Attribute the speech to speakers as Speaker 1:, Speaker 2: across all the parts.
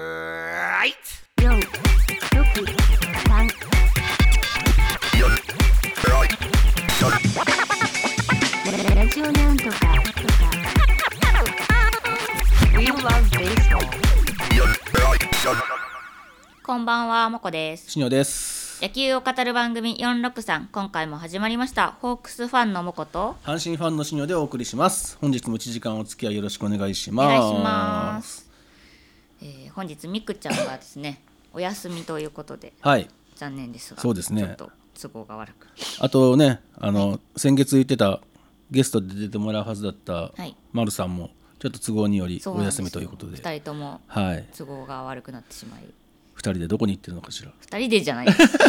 Speaker 1: はい
Speaker 2: 四、六、三、ラジオなんとかとか。We love baseball.
Speaker 3: こんばんは、もこです。
Speaker 4: しにょです
Speaker 3: 野球を語る番組463、今回も始まりました。ホークスファンのもこと、
Speaker 4: 阪神ファンのしにょでお送りします本日も1時間お付き合いよろしくお願いし
Speaker 3: お
Speaker 4: ます
Speaker 3: 願いします。えー本日、みくちゃんがですね、お休みということで、
Speaker 4: はい
Speaker 3: 残念ですが、
Speaker 4: そうですね
Speaker 3: ちょっと都合が悪く。
Speaker 4: あとねあの、先月言ってたゲストで出てもらうはずだった
Speaker 3: はい
Speaker 4: まるさんもちょっと都合により
Speaker 3: そう
Speaker 4: お
Speaker 3: なんです
Speaker 4: 休
Speaker 3: よ
Speaker 4: みということで
Speaker 3: 二人とも
Speaker 4: はい
Speaker 3: 都合が悪くなってしまい、
Speaker 4: 2人でどこに行ってるのかし ら
Speaker 3: 二人でじゃ ないです。そ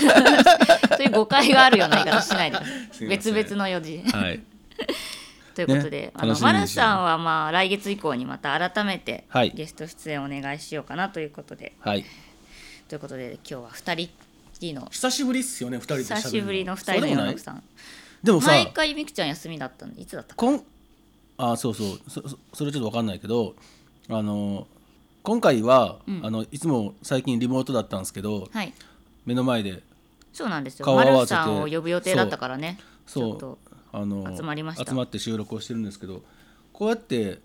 Speaker 3: ういう誤解があるような言い方しないでくだ
Speaker 4: す
Speaker 3: さ
Speaker 4: い
Speaker 3: い。
Speaker 4: ま
Speaker 3: 別
Speaker 4: せん
Speaker 3: 々の四時。
Speaker 4: はい
Speaker 3: ということで、
Speaker 4: ね
Speaker 3: あ
Speaker 4: 楽
Speaker 3: の
Speaker 4: しみに
Speaker 3: マ
Speaker 4: して
Speaker 3: ル
Speaker 4: る
Speaker 3: さんはまあ来月以降にまた改めて
Speaker 4: はい
Speaker 3: ゲスト出演お願いしようかなということで、
Speaker 4: はい
Speaker 3: ということで今日は2人っきりの
Speaker 4: 久しぶりっすよね2人で喋る
Speaker 3: 久しぶりの2人の
Speaker 4: そうでもない
Speaker 3: 46さん
Speaker 4: でもさ
Speaker 3: 毎回みくちゃん休みだったんでいつだったか
Speaker 4: こんあそうそうそそそれちょっと分かんないけどあの今回は、あのいつも最近リモートだったんですけど
Speaker 3: はい
Speaker 4: 目の前で
Speaker 3: そうなんですよ
Speaker 4: 顔合
Speaker 3: マ
Speaker 4: わせて
Speaker 3: ルさんを呼ぶ予定だったからねちょっ
Speaker 4: そう
Speaker 3: と
Speaker 4: あの
Speaker 3: 集まりました
Speaker 4: 集って収録をしてるんですけどこうやって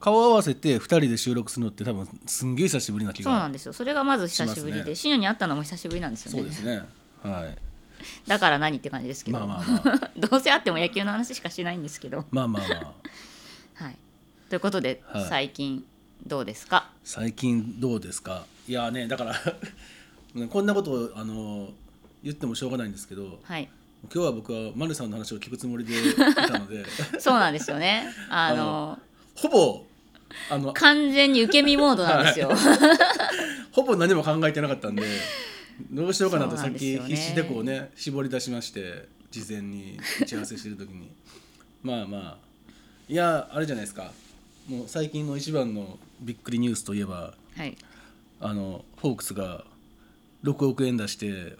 Speaker 4: 顔合わせて2人で収録するのって多分すんげえ久しぶりな気
Speaker 3: そうなん
Speaker 4: が
Speaker 3: ですよそれがまず久しぶり
Speaker 4: しますね
Speaker 3: でシニョに会ったのも久しぶりなんですよね
Speaker 4: ですねはい
Speaker 3: だから何って感じですけど、
Speaker 4: まあまあま
Speaker 3: どうせ会っても野球の話しかしないんですけど
Speaker 4: まあまあま あ
Speaker 3: はいということで、
Speaker 4: はい
Speaker 3: 最近どうですか
Speaker 4: 最近どうですかいやねだから こんなことをあの言ってもしょうがないんですけど
Speaker 3: はい
Speaker 4: 今日は僕は丸さんの話を聞くつもりでいたので
Speaker 3: そうなんですよね。あの
Speaker 4: ほぼあの
Speaker 3: 完全に受け身モードなんですよ。
Speaker 4: ほぼ何も考えてな かったんでどうしようかなと
Speaker 3: そうな
Speaker 4: さっ
Speaker 3: んです
Speaker 4: き
Speaker 3: よね
Speaker 4: 必死でこうね絞り出しまして事前に打ち合わせしてる時に まあまあいやあれじゃないですかもう最近の一番のびっくりニュースといえば
Speaker 3: はい。
Speaker 4: あのホークスが6億円出して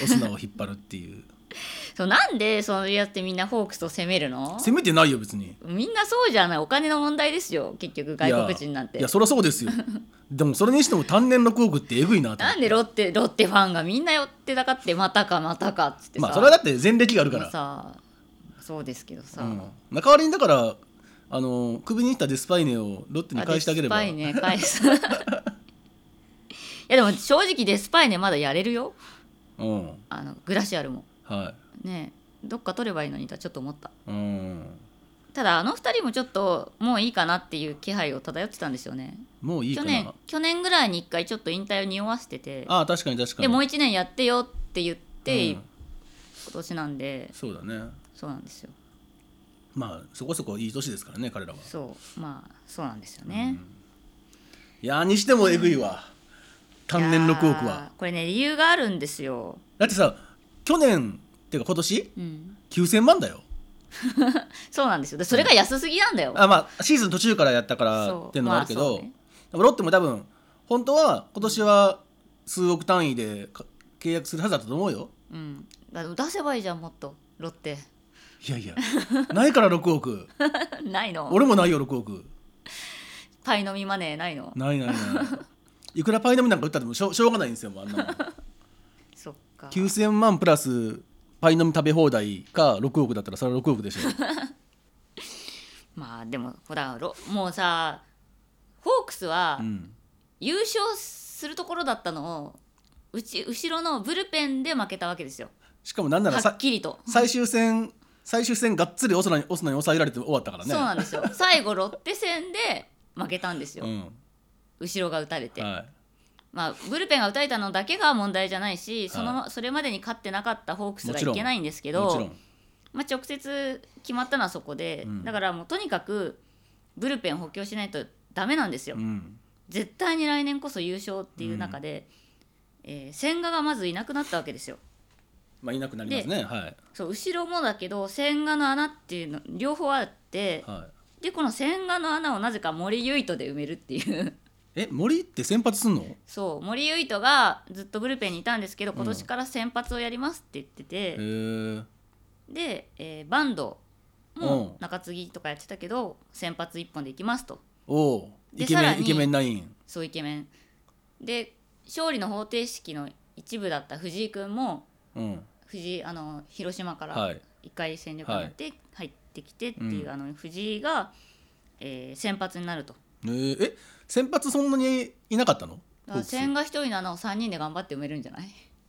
Speaker 4: オスナを引っ張るっ ていう
Speaker 3: そうなんでそうやってみんなホークスを責めるの？
Speaker 4: 責めてないよ別に。
Speaker 3: みんなそうじゃない。お金の問題ですよ。結局外国人なん
Speaker 4: いやい
Speaker 3: て
Speaker 4: や。そりゃそうですよでもそれにしても単年6億ってえぐいなと思
Speaker 3: な
Speaker 4: って
Speaker 3: んでロッテロッテファンがみんな寄ってたかってまたかまたかっつってさ。
Speaker 4: まあそれはだって前歴があるか
Speaker 3: もう
Speaker 4: ら、
Speaker 3: さそうですけどさ。
Speaker 4: うん、代わりにだからあのクビに行ったデスパイネをロッテに
Speaker 3: あ
Speaker 4: 返してあげれば
Speaker 3: デスパイね返す。 いやでも正直デスパイねまだやれるよ。
Speaker 4: うん
Speaker 3: あのグラシアルも
Speaker 4: は
Speaker 3: ねえどっか取ればいいのにとはちょっと思った。
Speaker 4: いうん
Speaker 3: ただあの2人もちょっともういいかなっていう気配を漂ってたんですよね
Speaker 4: もういいか
Speaker 3: 去
Speaker 4: な
Speaker 3: 年去年ぐらいに1回ちょっと引退を匂わせてて
Speaker 4: ああ確かに確かに
Speaker 3: でもう1年やってよって言って、
Speaker 4: うん
Speaker 3: 今年なんで
Speaker 4: そうだね
Speaker 3: そうなんですよ
Speaker 4: まあそこそこいい年ですからね彼らは
Speaker 3: そうまあそうなんですよね、
Speaker 4: いやーにしてもえぐいわ単年6億
Speaker 3: い
Speaker 4: は
Speaker 3: やーこれね理由があるんですよ、
Speaker 4: だってさ去年っていうか今年
Speaker 3: うん、
Speaker 4: 9000万だよ
Speaker 3: そうなんですよでそれが安すぎなんだよ、
Speaker 4: あまあシーズン途中からやったから
Speaker 3: そう
Speaker 4: っていうのもあるけ
Speaker 3: まあ
Speaker 4: ど、
Speaker 3: そうね
Speaker 4: でもロッテも多分本当は今年は数億単位でか契約するはずだったと思うよ
Speaker 3: うん、だ出せばいいじゃんもっとロッテ
Speaker 4: いやいやないから6億
Speaker 3: ないの
Speaker 4: 俺もないよ6億
Speaker 3: パイ飲みマネーないの
Speaker 4: ないないないいくらパイのみなんか打ったってもしょうしょうがないんですよもうあんなもん
Speaker 3: そっか
Speaker 4: 9000万プラスパイのみ食べ放題か6億だったらそれは6億でしょ
Speaker 3: まあでもほらロもうさホークスは
Speaker 4: うん
Speaker 3: 優勝するところだったのをうち後ろのブルペンで負けたわけですよ
Speaker 4: しかもなんなら
Speaker 3: はっ
Speaker 4: さ
Speaker 3: きりと、
Speaker 4: 最終戦最終戦がっつりオスナにオスナに抑えられて終わったからね
Speaker 3: そうなんですよ 最後ロッテ戦で負けたんですよ、後ろが打たれて、
Speaker 4: うんはい
Speaker 3: まあブルペンが打たれたのだけが問題じゃないしその、それまでに勝ってなかったホークス
Speaker 4: も
Speaker 3: が
Speaker 4: ちろ
Speaker 3: い
Speaker 4: ん
Speaker 3: けないんですけ
Speaker 4: もちろ
Speaker 3: ど
Speaker 4: ん
Speaker 3: まあ、直接決まったのはそこで、
Speaker 4: うん
Speaker 3: だからもうとにかくブルペン補強しないとダメなんですよ、
Speaker 4: うん
Speaker 3: 絶対に来年こそ優勝っていう中で、えー千賀がまずいなくなったわけですよ
Speaker 4: まあ、いなくなりますね。はい。
Speaker 3: そう後ろもだけど千賀の穴っていうの両方あって
Speaker 4: は
Speaker 3: でこの千賀の穴をなぜか森唯斗で埋めるっていう
Speaker 4: い。え、森って先発すんの。
Speaker 3: そう森唯斗がずっとブルペンにいたんですけど今年から先発をやりますって言って
Speaker 4: へ
Speaker 3: て、
Speaker 4: え。
Speaker 3: で、えーバンドも
Speaker 4: うん
Speaker 3: 中継ぎとかやってたけど先発一本でいきますと
Speaker 4: おお。
Speaker 3: で
Speaker 4: イケ
Speaker 3: さ
Speaker 4: メ
Speaker 3: ら
Speaker 4: ン、
Speaker 3: に
Speaker 4: イケメンナイン。
Speaker 3: そうイケメンで勝利の方程式の一部だった藤井君も
Speaker 4: うん
Speaker 3: 藤井あの広島から
Speaker 4: はい
Speaker 3: 1回戦力になって入ってきてっていう、
Speaker 4: うん
Speaker 3: あの藤井が、えー先発になると
Speaker 4: えーえ先発そんなにいなかったの
Speaker 3: だから千賀1人の穴を3人で頑張って埋めるんじゃ ない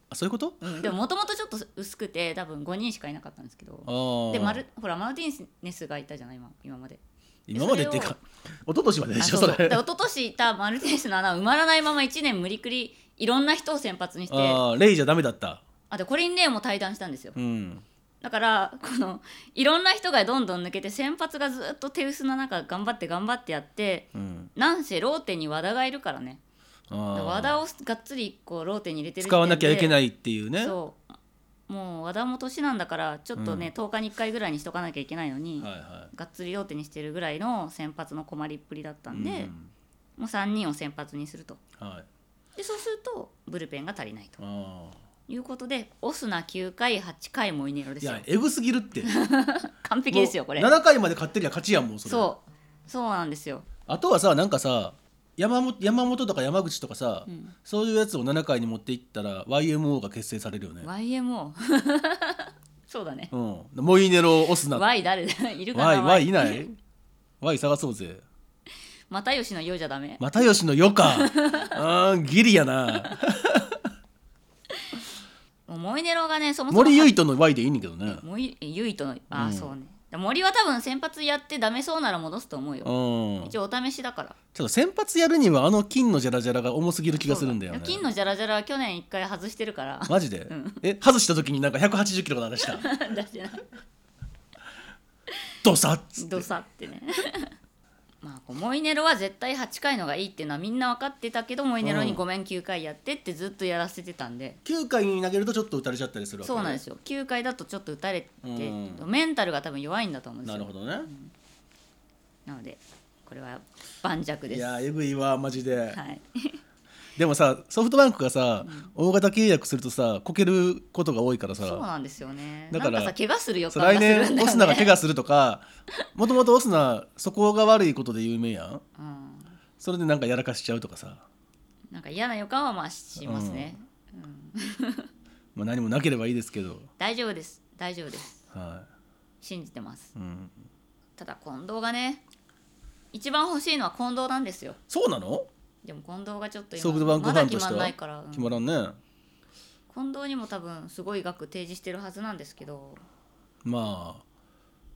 Speaker 4: あそういうこと
Speaker 3: うんでももともとちょっと薄くて多分5人しかいなかったんですけど
Speaker 4: ああ
Speaker 3: でマルほらマルティンネスがいたじゃない今今まで
Speaker 4: 今までっていう
Speaker 3: そ
Speaker 4: か一昨年までで
Speaker 3: あ
Speaker 4: しょ
Speaker 3: そうそ
Speaker 4: そ
Speaker 3: う
Speaker 4: れ
Speaker 3: で一昨年いたマルティネスの穴は埋まらないまま1年無理くりいろんな人を先発にしてあ
Speaker 4: ああレイじゃダメだった
Speaker 3: でコリン・レイも対談したんですよ
Speaker 4: うん
Speaker 3: だからこのいろんな人がどんどん抜けて先発がずっと手薄な中頑張って頑張ってやって
Speaker 4: うん
Speaker 3: なんせローテに和田がいるからね
Speaker 4: あ
Speaker 3: 和
Speaker 4: あ
Speaker 3: 田をがっつりこうローテに入れてる時点で
Speaker 4: 使わなきゃいけないっていうね
Speaker 3: そうもう和田も年なんだからちょっとね、
Speaker 4: うん
Speaker 3: 10日に1回ぐらいにしとかなきゃいけないのに、
Speaker 4: はいは
Speaker 3: がっつりローテにしてるぐらいの先発の困りっぷりだった
Speaker 4: い
Speaker 3: んで、
Speaker 4: うん
Speaker 3: もう3人を先発にすると
Speaker 4: はい
Speaker 3: でそうするとブルペンが足りないと
Speaker 4: ああ
Speaker 3: いうことでオスナ9回8回モイネロで
Speaker 4: い
Speaker 3: すよ
Speaker 4: やエグすぎるって
Speaker 3: 完璧 ですよこれ
Speaker 4: もう7回まで勝ってりゃ勝ちやんもうそれ
Speaker 3: そうそうなんですよ
Speaker 4: あとはさなんかさ山本山本とか山口とかさ、
Speaker 3: ん
Speaker 4: そういうやつを7回に持っていったら YMO が結成されるよね
Speaker 3: YMO そうだね
Speaker 4: うんモイネロオスナ
Speaker 3: Y 誰だいるかな
Speaker 4: Y, y いない Y 探そうぜ
Speaker 3: 又吉のようじゃダメ
Speaker 4: 又吉のよか あーギリやな
Speaker 3: もうモイネロがねそもそも
Speaker 4: 森唯斗の Y でいいねんけどね
Speaker 3: モイユイとのあ、
Speaker 4: うん
Speaker 3: そうね森は多分先発やってダメそうなら戻すと思うよ
Speaker 4: うん
Speaker 3: 一応お試しだから
Speaker 4: ちょっと先発やるにはあの金のジャラジャラが重すぎる気がするんだよね
Speaker 3: そう金のジャラジャラは去年1回外してる から
Speaker 4: マジで、え外した時になんか180キロが 出した
Speaker 3: 出してない
Speaker 4: ドサッつって
Speaker 3: どさってね まあこうモイネロは絶対8回のがいいっていうのはみんな分かってたけどモイネロ
Speaker 4: う
Speaker 3: に
Speaker 4: ん
Speaker 3: ごめん9回やってってずっとやらせてたんで、
Speaker 4: 9回に投げるとちょっと打たれちゃったりするわけ
Speaker 3: そうなんですすよ9回だとちょっと打たれて、
Speaker 4: うん
Speaker 3: メンタルが多分弱いんだと思うんです
Speaker 4: な
Speaker 3: よ
Speaker 4: るほどね、
Speaker 3: なのでこれは盤石で
Speaker 4: い
Speaker 3: す
Speaker 4: や
Speaker 3: は
Speaker 4: ーえぐいわマジで、
Speaker 3: い、
Speaker 4: でもさソフトバンクがさ、大型契約するとさこけることが多いから
Speaker 3: そう
Speaker 4: さ
Speaker 3: なんですよね
Speaker 4: だから
Speaker 3: なんかさ怪我する予
Speaker 4: そ
Speaker 3: 感
Speaker 4: う
Speaker 3: がする
Speaker 4: 来
Speaker 3: んだよね
Speaker 4: 年オスナが怪我するとかもともとオスナそこが悪いことで有名やん
Speaker 3: うん、
Speaker 4: それでなんかやらかしちゃうとかさ、
Speaker 3: なんか嫌な予感はまあしますね、
Speaker 4: まあ、何もなければいいですけど、
Speaker 3: 大丈夫です大丈夫です
Speaker 4: は
Speaker 3: 信じてます
Speaker 4: いうん、
Speaker 3: ただ近藤がね一番欲しいのは近藤なんですよ
Speaker 4: そうなの
Speaker 3: でも近藤がちょっと
Speaker 4: ソフトバンク
Speaker 3: ま
Speaker 4: ファ
Speaker 3: だ
Speaker 4: ンと
Speaker 3: 決
Speaker 4: し
Speaker 3: ま
Speaker 4: て
Speaker 3: ん
Speaker 4: は
Speaker 3: ないから、うん
Speaker 4: 決まらんね、
Speaker 3: 近藤にも多分すごい額提示してるはずなんですけど
Speaker 4: まあ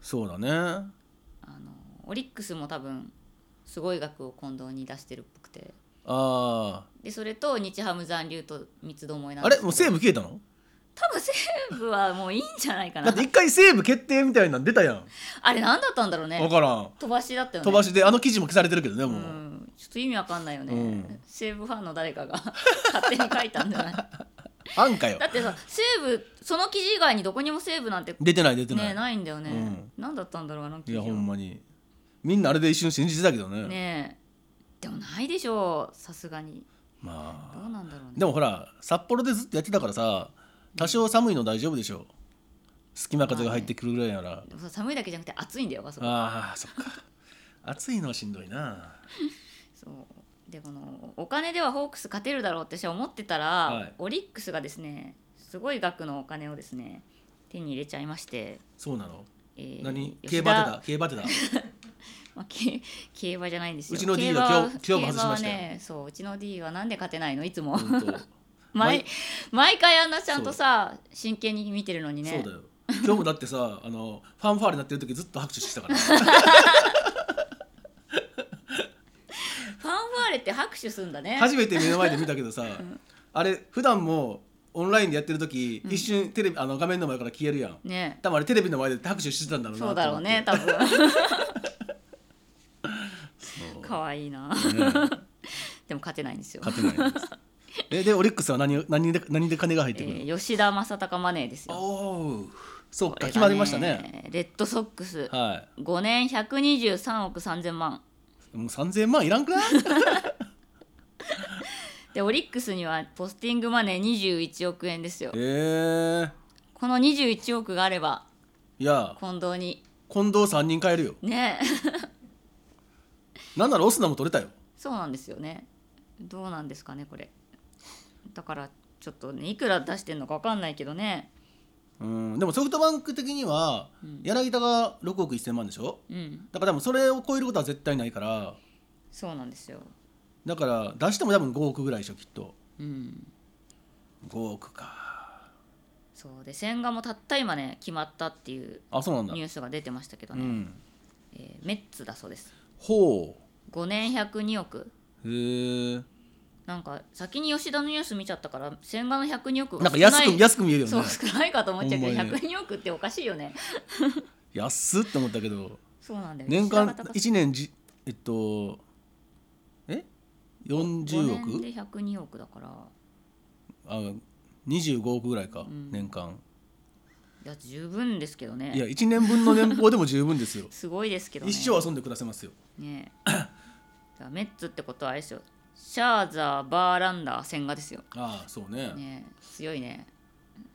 Speaker 4: そうだね
Speaker 3: あのオリックスも多分すごい額を近藤に出してるっぽくて
Speaker 4: あ
Speaker 3: でそれと日ハム残留と三つどもえ
Speaker 4: ー
Speaker 3: なん
Speaker 4: あ
Speaker 3: ですけ
Speaker 4: れ
Speaker 3: ど
Speaker 4: もう西武消えたの
Speaker 3: 多分西武はもういいんじゃないか
Speaker 4: だ
Speaker 3: な
Speaker 4: って一回西武決定みたいなの出たやん
Speaker 3: あれ何だったんだろう
Speaker 4: 分
Speaker 3: ね
Speaker 4: からん
Speaker 3: 飛ばしだったよね
Speaker 4: 飛ばしであの記事も消されてるけどね
Speaker 3: う
Speaker 4: もう、
Speaker 3: んちょっと意味わかんないよね、
Speaker 4: うん
Speaker 3: 西武ファンの誰かが 勝手に書いたんじゃない
Speaker 4: あんかよ
Speaker 3: だってさ西武その記事以外にどこにも西武なんて
Speaker 4: 出てない出てない、
Speaker 3: ねないんだよね、
Speaker 4: うん
Speaker 3: 何だったんだろうあの記事
Speaker 4: いや
Speaker 3: は
Speaker 4: ほんまにみんなあれで一瞬信じてたけどね
Speaker 3: ねえでもないでしょうさすがに
Speaker 4: ま
Speaker 3: ど
Speaker 4: あ
Speaker 3: うなんだろうね
Speaker 4: でもほら札幌でずっとやってたからさ多少寒いの大丈夫でしょ隙間風が入ってくるぐらいなら、
Speaker 3: でもさ寒いだけじゃなくて暑いんだよあそこ
Speaker 4: ああそっか暑いのはしんどいな
Speaker 3: そうでこのお金ではホークス勝てるだろうって私は思ってたら、
Speaker 4: はい
Speaker 3: オリックスがですねすごい額のお金をですね手に入れちゃいまして、
Speaker 4: そうなの
Speaker 3: えー
Speaker 4: 何
Speaker 3: 吉
Speaker 4: 競馬手だ競馬手 だ
Speaker 3: まあ、 け競馬じゃないんですよ
Speaker 4: うちの D
Speaker 3: 競馬
Speaker 4: は
Speaker 3: は
Speaker 4: 今日今日も外しましたよ
Speaker 3: 競馬はねそううちの D はなんで勝てないのいつも
Speaker 4: 本当
Speaker 3: 毎
Speaker 4: 毎
Speaker 3: 毎回あんなちゃんとさ真剣に見てるのにね
Speaker 4: そうだよ今日もだってさあのファンファーレなってる時ずっと拍手してた から
Speaker 3: ファンファーレって拍手すんだね
Speaker 4: 初めて目の前で見たけどさ、あれ普段もオンラインでやってる時、一瞬テレビあの画面の前から消えるやん
Speaker 3: ね
Speaker 4: 多分あれテレビの前で拍手してたんだろうな
Speaker 3: そうだろうね
Speaker 4: と
Speaker 3: 多
Speaker 4: 思っ
Speaker 3: 分
Speaker 4: う
Speaker 3: 可愛いな
Speaker 4: てね
Speaker 3: でも勝てないんですよ、
Speaker 4: 勝てないですえでオリックスは何を何で何で金が入っ
Speaker 3: え
Speaker 4: てくるの、
Speaker 3: ー吉田正尚マネーですよ
Speaker 4: おおそう
Speaker 3: これがね
Speaker 4: か決まりましたね
Speaker 3: レッドソックス
Speaker 4: は
Speaker 3: 5年123億3000万
Speaker 4: いもう3000万いらん くない
Speaker 3: でオリックスにはポスティングマネー21億円ですよ
Speaker 4: えー、
Speaker 3: この21億があれば
Speaker 4: いや
Speaker 3: 近藤に
Speaker 4: 近藤3人買えるよ
Speaker 3: ね
Speaker 4: なんならオスナも取れたよ
Speaker 3: そうなんですよねどうなんですかねこれだからちょっとねいくら出してんのか分かんないけどね
Speaker 4: うんでもソフトバンク的には
Speaker 3: うん
Speaker 4: 柳田が6億1000万でしょ
Speaker 3: うん
Speaker 4: だから多分それを超えることは絶対ないから
Speaker 3: そうなんですよ
Speaker 4: だから出しても多分5億ぐらいでしょきっと
Speaker 3: うん
Speaker 4: 5億か
Speaker 3: そうで千賀もたった今ね決まったっていう
Speaker 4: あそうなんだ
Speaker 3: ニュースが出てましたけど
Speaker 4: う
Speaker 3: ね、
Speaker 4: ん
Speaker 3: えーメッツだそうです
Speaker 4: ほ
Speaker 3: 5年102億
Speaker 4: うへえ
Speaker 3: なんか先に吉田のニュース見ちゃったから千賀の102億
Speaker 4: なん
Speaker 3: が
Speaker 4: か
Speaker 3: 少
Speaker 4: 安
Speaker 3: ない
Speaker 4: く安く見えるよ
Speaker 3: そ
Speaker 4: ね
Speaker 3: う少ないかと思っちゃうけど、
Speaker 4: ほんまにね
Speaker 3: 102億っておかしいよね
Speaker 4: 安っって思ったけど
Speaker 3: そうなんだよ
Speaker 4: 年間
Speaker 3: 吉田が高す
Speaker 4: 1年じえっとえ40
Speaker 3: 五年
Speaker 4: 億
Speaker 3: で102億だから
Speaker 4: あ25億ぐらいか、
Speaker 3: ん
Speaker 4: 年間
Speaker 3: いや十分ですけどね
Speaker 4: いや1年分の年俸でも十 分ですよ
Speaker 3: すごいですけどね
Speaker 4: 一生遊んで暮らせますよ
Speaker 3: ねえだからメッツってことはあれですよシャーザーバーランダー千賀ですよ
Speaker 4: ああそうね
Speaker 3: ねえ強いね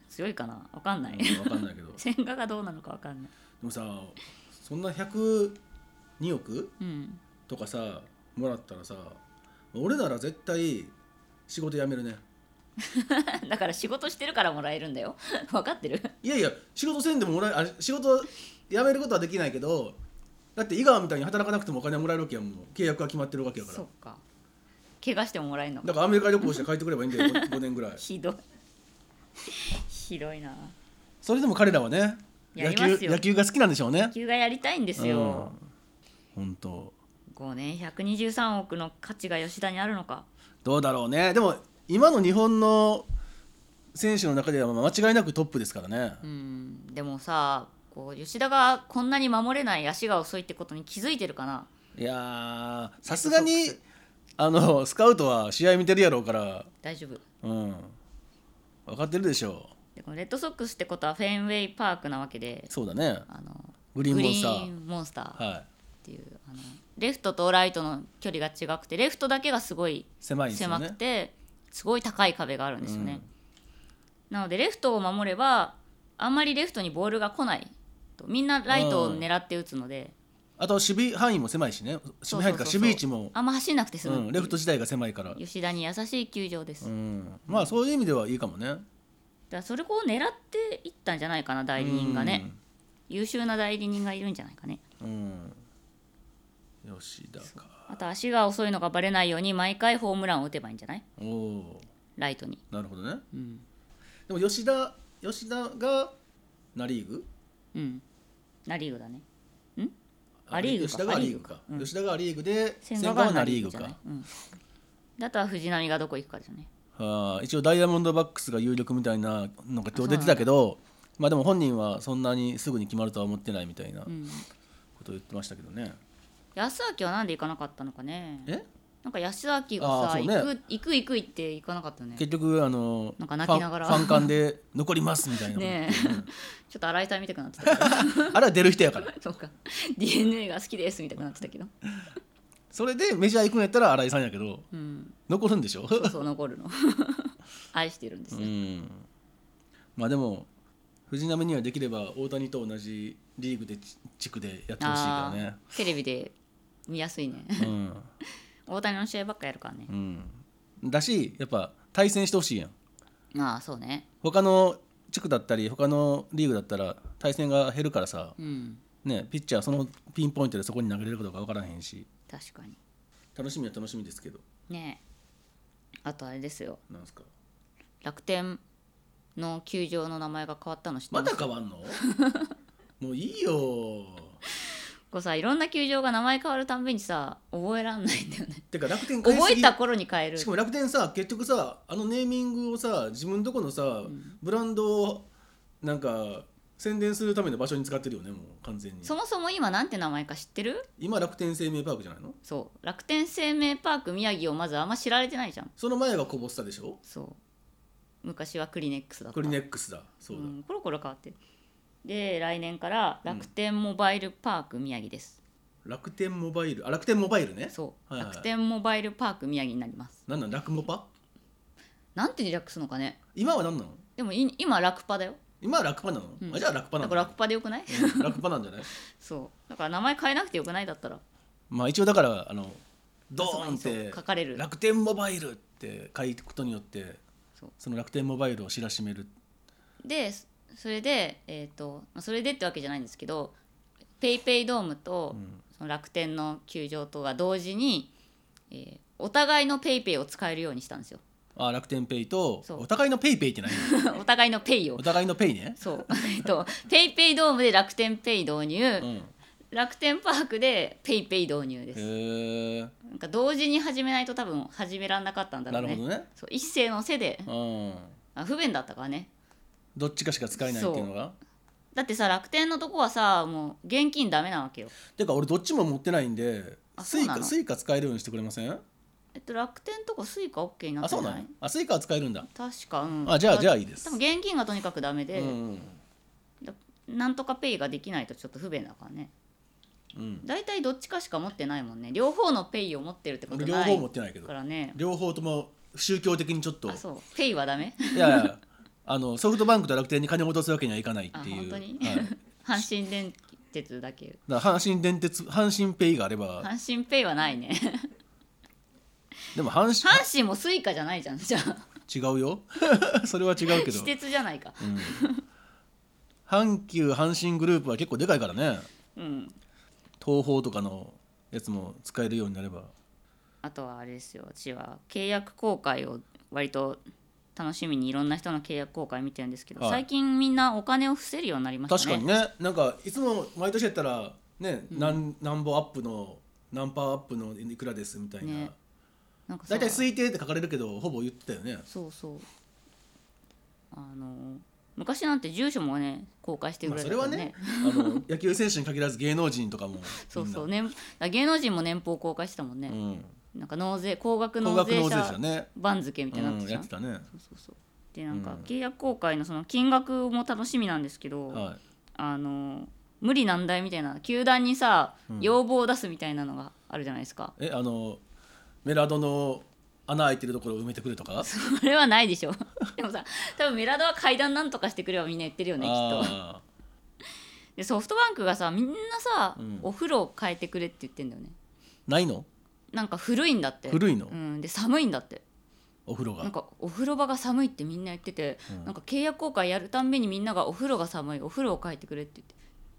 Speaker 3: 強いかなわかんない
Speaker 4: うん、分か んないけどで
Speaker 3: 千賀がどうなのかわかんない
Speaker 4: もさそんな102億
Speaker 3: うん
Speaker 4: とかさもらったらさ俺なら絶対仕事辞めるね
Speaker 3: だから仕事してるからもらえるんだよ分かってる
Speaker 4: いやいや仕事せんでももらえあ仕事辞めることはできないけどだって井川みたいに働かなくてもお金はもらえるわけやんもう契約が決まってるわけやから
Speaker 3: そうか怪我してももらえるのか
Speaker 4: だからアメリカ旅行して帰ってくればいいん だよ 5, 年ぐらい
Speaker 3: ひどいひどいな
Speaker 4: それでも彼らはね
Speaker 3: や
Speaker 4: 野
Speaker 3: ります
Speaker 4: 球
Speaker 3: よ
Speaker 4: 野球が好きなんでしょうね
Speaker 3: 野球がやりたいんですよ、
Speaker 4: うん本当
Speaker 3: 5年123億の価値が吉田にあるのか
Speaker 4: どうだろうねでも今の日本の選手の中では間違いなくトップですからね、
Speaker 3: うんでもさこう吉田がこんなに守れない足が遅いってことに気づいてるかない
Speaker 4: やーさすがにあのスカウトは試合見てるやろうから、
Speaker 3: 大丈夫
Speaker 4: うん、分かってるでしょ
Speaker 3: でこのレッドソックスってことはフェンウェイパークなわけで
Speaker 4: うそうだね
Speaker 3: あの
Speaker 4: グリーンモンスター
Speaker 3: グリーンモンスター
Speaker 4: はい
Speaker 3: っていうあのレフトとライトの距離が違くてレフトだけがすごい
Speaker 4: 狭いんですよ
Speaker 3: 狭く
Speaker 4: ね
Speaker 3: てすごい高い壁があるんですよね、なのでレフトを守ればあんまりレフトにボールが来ないとみんなライトを狙って打つので、
Speaker 4: あと守備範囲も狭いしね守
Speaker 3: そう
Speaker 4: 備
Speaker 3: そうそう
Speaker 4: 範囲とか守備位置も
Speaker 3: あんま走んなくて済むっ
Speaker 4: う、
Speaker 3: ていうん
Speaker 4: レフト自体が狭いから、
Speaker 3: 吉田に優しい球場です、
Speaker 4: う
Speaker 3: だか
Speaker 4: ん、まあそういう意味ではいいかもね
Speaker 3: らそれを狙っていったんじゃないかな代理人がね、優秀な代理人がいるんじゃないかね
Speaker 4: うん、うん、吉田か
Speaker 3: あと足が遅いのがバレないように毎回ホームランを打てばいいんじゃない
Speaker 4: おお
Speaker 3: ライトに、
Speaker 4: ーなるほどね
Speaker 3: うん
Speaker 4: でも吉田吉田がナ・リーグ
Speaker 3: うん、ナ・リーグだね
Speaker 4: あ
Speaker 3: アリーグか
Speaker 4: 吉田がアリーグか
Speaker 3: アリーグかうん
Speaker 4: 吉田がアリーグで
Speaker 3: 千
Speaker 4: 千
Speaker 3: 賀
Speaker 4: 賀
Speaker 3: が
Speaker 4: が
Speaker 3: ナ
Speaker 4: ナ・
Speaker 3: リ
Speaker 4: リ
Speaker 3: ー
Speaker 4: ー
Speaker 3: グ
Speaker 4: グ
Speaker 3: じゃない
Speaker 4: か、
Speaker 3: うん、だとは藤浪がどこ行くかですよね
Speaker 4: はあ一応ダイヤモンドバックスが有力みたいなのが今日出てたけどまあでも本人はそんなにすぐに決まるとは思ってないみたいな
Speaker 3: うん
Speaker 4: ことを言ってましたけどね、
Speaker 3: 安明はなんで行かなかったのかね
Speaker 4: え
Speaker 3: なんか安明が
Speaker 4: あ
Speaker 3: さ、
Speaker 4: ーそうね
Speaker 3: 行く行く行く行って行かなかったねちょ
Speaker 4: 結局あの
Speaker 3: なんか泣きながら
Speaker 4: ファンファン間で残りますみたいなこと言っ て、
Speaker 3: ねっと新井さん見たくなってたけど
Speaker 4: うんあれは出る人やから
Speaker 3: そうか DNA が好きですみたくなってたけど、
Speaker 4: それでメジャー行くんやったら新井さんやけど
Speaker 3: うん、
Speaker 4: 残るんでしょ
Speaker 3: そうそう残るの 愛してるんです
Speaker 4: う
Speaker 3: よ、
Speaker 4: んまあでも藤浪にはできれば大谷と同じリーグでち地区でやってほしいか
Speaker 3: あ
Speaker 4: らね
Speaker 3: ーテレビで見やすいね
Speaker 4: うん、
Speaker 3: 大谷の試合ばっかやるからね
Speaker 4: うん、だしやっぱ対戦してほしいやん
Speaker 3: ああそうね
Speaker 4: 他の地区だったり他のリーグだったら対戦が減るからさ、
Speaker 3: うん
Speaker 4: ね、ピッチャーはそのピンポイントでそこに投げれることが分からへんし
Speaker 3: 確かに
Speaker 4: 楽しみは楽しみですけど
Speaker 3: ねえあとあれですよ
Speaker 4: なんですか
Speaker 3: 楽天の球場の名前が変わったの知って
Speaker 4: ま
Speaker 3: ます
Speaker 4: だ変わん のもういいよ
Speaker 3: こうさいろんな球場が名前変わるたんびにさ覚えらんないんだよね
Speaker 4: てか楽天変えすぎ
Speaker 3: 覚えた頃に変える
Speaker 4: しかも楽天さ結局さあのネーミングをさ自分とこのさ、ブランドをなんか宣伝するための場所に使ってるよねもう完全に
Speaker 3: そもそも今なんて名前か知ってる
Speaker 4: 今楽天生命パークじゃないの
Speaker 3: そう楽天生命パーク宮城をまずあんま知られてないじゃん
Speaker 4: その前がコボスタでしょ
Speaker 3: そう昔はクリネックスだった
Speaker 4: クリネックスだそうだ、
Speaker 3: うん、コロコロ変わってるで来年から楽天モバイルパーク宮城です、
Speaker 4: 楽天モバイルあ楽天モバイルね
Speaker 3: そう、
Speaker 4: はいはい
Speaker 3: 楽天モバイルパーク宮城になります
Speaker 4: なんなん楽モパ
Speaker 3: なんて略すのかね
Speaker 4: 今は何なの
Speaker 3: でもい今楽パだよ
Speaker 4: 今は楽パなの、
Speaker 3: うん
Speaker 4: あじゃあ楽パな
Speaker 3: だ
Speaker 4: の
Speaker 3: から楽パでよくない、
Speaker 4: うん 楽パなんじゃない
Speaker 3: そうだから名前変えなくてよくないだったら
Speaker 4: まあ一応だからあのドーンっ
Speaker 3: そう
Speaker 4: て
Speaker 3: 書かれる
Speaker 4: 楽天モバイルって書いていくことによって
Speaker 3: そう
Speaker 4: その楽天モバイルを知らしめる
Speaker 3: でそそれで、えーとまあ、それでってわけじゃないんですけどペイペイドームとその楽天の球場とは同時に、えーお互いのペイペイを使えるようにしたんです よ
Speaker 4: あ楽天ペイと
Speaker 3: そう
Speaker 4: お互いのペイペイって何
Speaker 3: お互いのペイを
Speaker 4: お互いのペイね、
Speaker 3: そう えっとペイペイドームで楽天ペイ導入、
Speaker 4: うん、
Speaker 3: 楽天パークでペイペイ導入です
Speaker 4: へえ
Speaker 3: なんか同時に始めないと多分始めらんなかったんだろう
Speaker 4: なる
Speaker 3: ね
Speaker 4: ほどね
Speaker 3: そう一斉のせで
Speaker 4: うん
Speaker 3: あ不便だったからね
Speaker 4: どっちかしか使えないっていうのが
Speaker 3: だってさ楽天のとこはさもう現金ダメなわけよ
Speaker 4: てか俺どっちも持ってないんで
Speaker 3: あ
Speaker 4: ス
Speaker 3: そう
Speaker 4: イ
Speaker 3: な
Speaker 4: カ
Speaker 3: の
Speaker 4: スイカ使えるようにしてくれません
Speaker 3: えっと楽天とこスイカ OK にな
Speaker 4: あ
Speaker 3: って
Speaker 4: そ
Speaker 3: な
Speaker 4: う
Speaker 3: い
Speaker 4: なのあスイカは使えるんだ
Speaker 3: 確か、うん、
Speaker 4: あじゃあ
Speaker 3: だ
Speaker 4: じゃあいいです
Speaker 3: 多分現金がとにかくダメで、
Speaker 4: うん
Speaker 3: だなんとかペイができないとちょっと不便だからね
Speaker 4: うん
Speaker 3: 大体どっちかしか持ってないもんね両方のペイを持ってるってこ
Speaker 4: 俺
Speaker 3: と
Speaker 4: 両
Speaker 3: な
Speaker 4: 方
Speaker 3: い
Speaker 4: 持ってないけど
Speaker 3: からね
Speaker 4: 両方とも宗教的にちょっと
Speaker 3: あそうペイはダメ
Speaker 4: いやいや あのソフトバンクと楽天に金を落とすわけにはいかないっていう
Speaker 3: あ本当に
Speaker 4: はい、だか
Speaker 3: 阪神電鉄だけ
Speaker 4: ら阪神電鉄阪神ペイがあれば
Speaker 3: 阪神ペイは ないね
Speaker 4: でも阪
Speaker 3: 阪神もスイカじゃないじゃんじゃあ
Speaker 4: 神違うよ それは違うけど
Speaker 3: 私鉄じゃないか
Speaker 4: 阪急阪神グループは結構でかいからね
Speaker 3: うん
Speaker 4: 東宝とかのやつも使えるようになれば
Speaker 3: あとはあれですよ私は契約公開を割と楽しみにいろんな人の契約公開見てるんですけど、
Speaker 4: はい
Speaker 3: 最近みんなお金を伏せるようになりましたね
Speaker 4: 確かにねなんかいつも毎年やったらね、なんなんぼアップの何パーアップのいくらですみたいな
Speaker 3: ねなんかさ
Speaker 4: 大体、推定って書かれるけどほぼ言ってたよね
Speaker 3: そうそうあの昔なんて住所もね公開してく
Speaker 4: まあ、
Speaker 3: れ
Speaker 4: そ
Speaker 3: た
Speaker 4: れは
Speaker 3: らね,、
Speaker 4: ねあの野球選手に限らず芸能人とかもみんな
Speaker 3: そうそうね芸能人も年俸公開してたもん
Speaker 4: う
Speaker 3: ね、
Speaker 4: ん、
Speaker 3: なんか納税高額
Speaker 4: 高
Speaker 3: 納
Speaker 4: 額
Speaker 3: 税
Speaker 4: 納税
Speaker 3: 者
Speaker 4: 者ね、
Speaker 3: 番付み
Speaker 4: う
Speaker 3: たいになっ
Speaker 4: ん、
Speaker 3: て
Speaker 4: や
Speaker 3: た、
Speaker 4: っ
Speaker 3: ん、そう
Speaker 4: てたね
Speaker 3: そうそうでなんか
Speaker 4: うん
Speaker 3: 契約公開のその金額も楽しみなんですけど、
Speaker 4: はい
Speaker 3: あの無理難題みたいな球団にさ、
Speaker 4: うん
Speaker 3: 要望を出すみたいなのがあるじゃないですか
Speaker 4: えあのメラドの穴開いてるところを埋めてくれとか
Speaker 3: それはないでしょ でもさ多分メラドは階段なんとかしてくればみんな言ってるよねきっと
Speaker 4: あ
Speaker 3: でソフトバンクがさみんなさ、
Speaker 4: うん
Speaker 3: お風呂を変えてくれって言ってんだよね
Speaker 4: ーないの
Speaker 3: なんか古いんだって
Speaker 4: 古いの
Speaker 3: うん、で寒いんだって
Speaker 4: お風呂
Speaker 3: なん
Speaker 4: が
Speaker 3: かお風呂場が寒いってみんな言ってて、
Speaker 4: うん
Speaker 3: なんか契約公開やるたんびにみんながお風呂が寒いお風呂を変えてくれって言って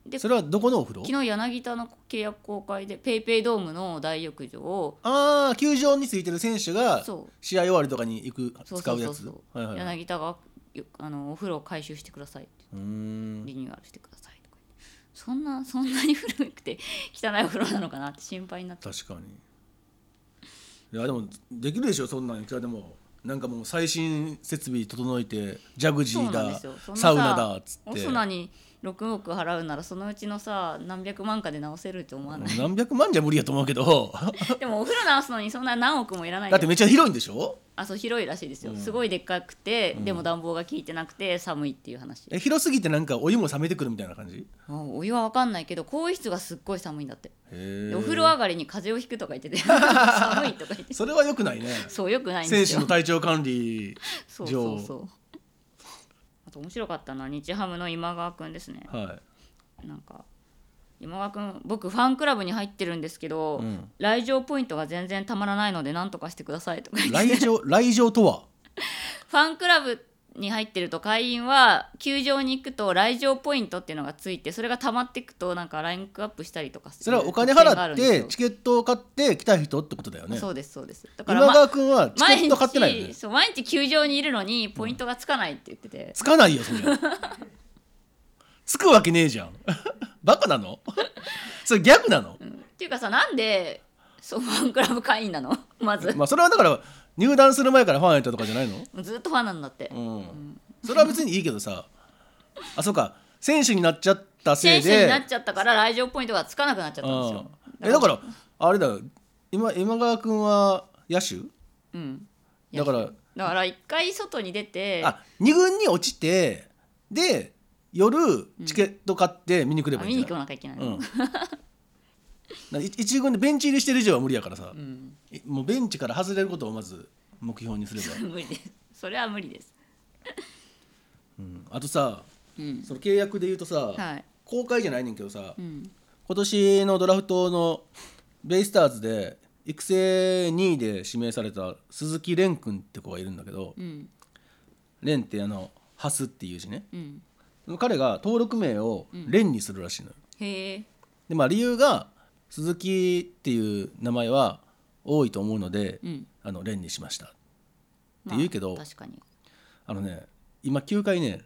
Speaker 3: で
Speaker 4: それはどこのお風呂
Speaker 3: 昨日柳田の契約公開でペイペイドームの大浴場を
Speaker 4: ああ球場についてる選手が
Speaker 3: そう
Speaker 4: 試合終わりとかに行く
Speaker 3: そう
Speaker 4: 使
Speaker 3: そううそ
Speaker 4: や
Speaker 3: う
Speaker 4: つ
Speaker 3: そう、
Speaker 4: はいはいはいう
Speaker 3: 柳田がよあのお風呂を回収してくださいって
Speaker 4: ーん
Speaker 3: リニューアルしてくださいとか言ってそんなそんなに古くて 汚いお風呂なのかなって心配になって
Speaker 4: 確かにいやでもできるでしょそんなんいくらでもなんかもう最新設備整えてジャグジ
Speaker 3: そう
Speaker 4: ー
Speaker 3: なんで
Speaker 4: だ
Speaker 3: すよそんなさ
Speaker 4: サウナだっつっ
Speaker 3: オ
Speaker 4: て
Speaker 3: スナに6億払うならそのうちのさ何百万かで直せるって思わない
Speaker 4: 何百万じゃ無理やと思う けど
Speaker 3: でもお風呂直すのにそんな何億もいらない
Speaker 4: だっ
Speaker 3: じ
Speaker 4: て
Speaker 3: ゃん
Speaker 4: めっちゃ広いんでしょ
Speaker 3: あそう広いらしいですよ、
Speaker 4: うん
Speaker 3: すごいでっかくて、でも暖房が効いてなくて寒いっていう話
Speaker 4: え広すぎてなんかお湯も冷めてくるみたいな感じ
Speaker 3: あお湯は分かんないけど更衣室がすっごい寒いんだって
Speaker 4: へ
Speaker 3: で
Speaker 4: え
Speaker 3: お風呂上がりに風邪をひくとか言って て寒いとか言って
Speaker 4: それはよくないね
Speaker 3: そうよくないん
Speaker 4: 選
Speaker 3: です
Speaker 4: 手
Speaker 3: よ
Speaker 4: の体調管理
Speaker 3: そうそうそうあと面白かったのは日ハムの今川くんですね
Speaker 4: は
Speaker 3: なんか今川くん僕ファンクラブに入ってるんですけど、
Speaker 4: うん
Speaker 3: 来場ポイントが全然たまらないので何とかしてくださいとか言
Speaker 4: い
Speaker 3: って
Speaker 4: 来 場来場とは
Speaker 3: ファンクラブに入ってると会員は球場に行くと来場ポイントっていうのがついてそれが溜まっていくとなんかラインクアップしたりとかする
Speaker 4: それはお金
Speaker 3: 特典がある
Speaker 4: 払っ
Speaker 3: んです
Speaker 4: て
Speaker 3: よ
Speaker 4: チケットを買って来た人ってことだよね
Speaker 3: そうですそうですだから、
Speaker 4: 今
Speaker 3: まあ
Speaker 4: 川君はチケット買ってないよ
Speaker 3: 毎
Speaker 4: ね
Speaker 3: 日そう毎日球場にいるのにポイントがつかないって言ってて、
Speaker 4: つかないよそ んなつくわけねえじゃん バカ なのそれギャグなの、
Speaker 3: っていうかさなんでそうファンクラブ会員なの まず、
Speaker 4: まあそれはだから入団する前からファンやったとかじゃないの
Speaker 3: ずっとファンなんだって、
Speaker 4: うんそれは別にいいけどさあそうか選手になっちゃったせい
Speaker 3: 選
Speaker 4: で
Speaker 3: 手になっちゃったから来場ポイントがつかなくなっちゃったんですよ
Speaker 4: うんえだからあれだよ今今川君は野手
Speaker 3: うん
Speaker 4: だから
Speaker 3: だから一回外に出て
Speaker 4: あ二軍に落ちてで夜チケット買って見に来れ
Speaker 3: あ
Speaker 4: ばい
Speaker 3: 見
Speaker 4: いん
Speaker 3: に
Speaker 4: じ
Speaker 3: 行
Speaker 4: ゃ
Speaker 3: か
Speaker 4: ない
Speaker 3: なきゃいけない
Speaker 4: うん
Speaker 3: の、
Speaker 4: な一一軍でベンチ入りしてる以上は無理やからさ、
Speaker 3: ん
Speaker 4: いもうベンチから外れることをまず目標にすれば、
Speaker 3: 無理ですそれは無理です
Speaker 4: うんあとさ
Speaker 3: うん
Speaker 4: その契約で言うとさ、
Speaker 3: はい
Speaker 4: 公開じゃないねんけどさ、
Speaker 3: うん
Speaker 4: 今年のドラフトのベイスターズで育成2位で指名された鈴木蓮君って子がいるんだけど
Speaker 3: うん
Speaker 4: 蓮ってあの「ハス」っていう字ね
Speaker 3: うん
Speaker 4: 彼が登録名を蓮にするらしいのよ、
Speaker 3: へえ
Speaker 4: でまあ理由が鈴木っていう名前は多いと思うので、
Speaker 3: うん
Speaker 4: あの蓮にしました
Speaker 3: っ
Speaker 4: って言うけど
Speaker 3: 確かに
Speaker 4: あのね今9回ね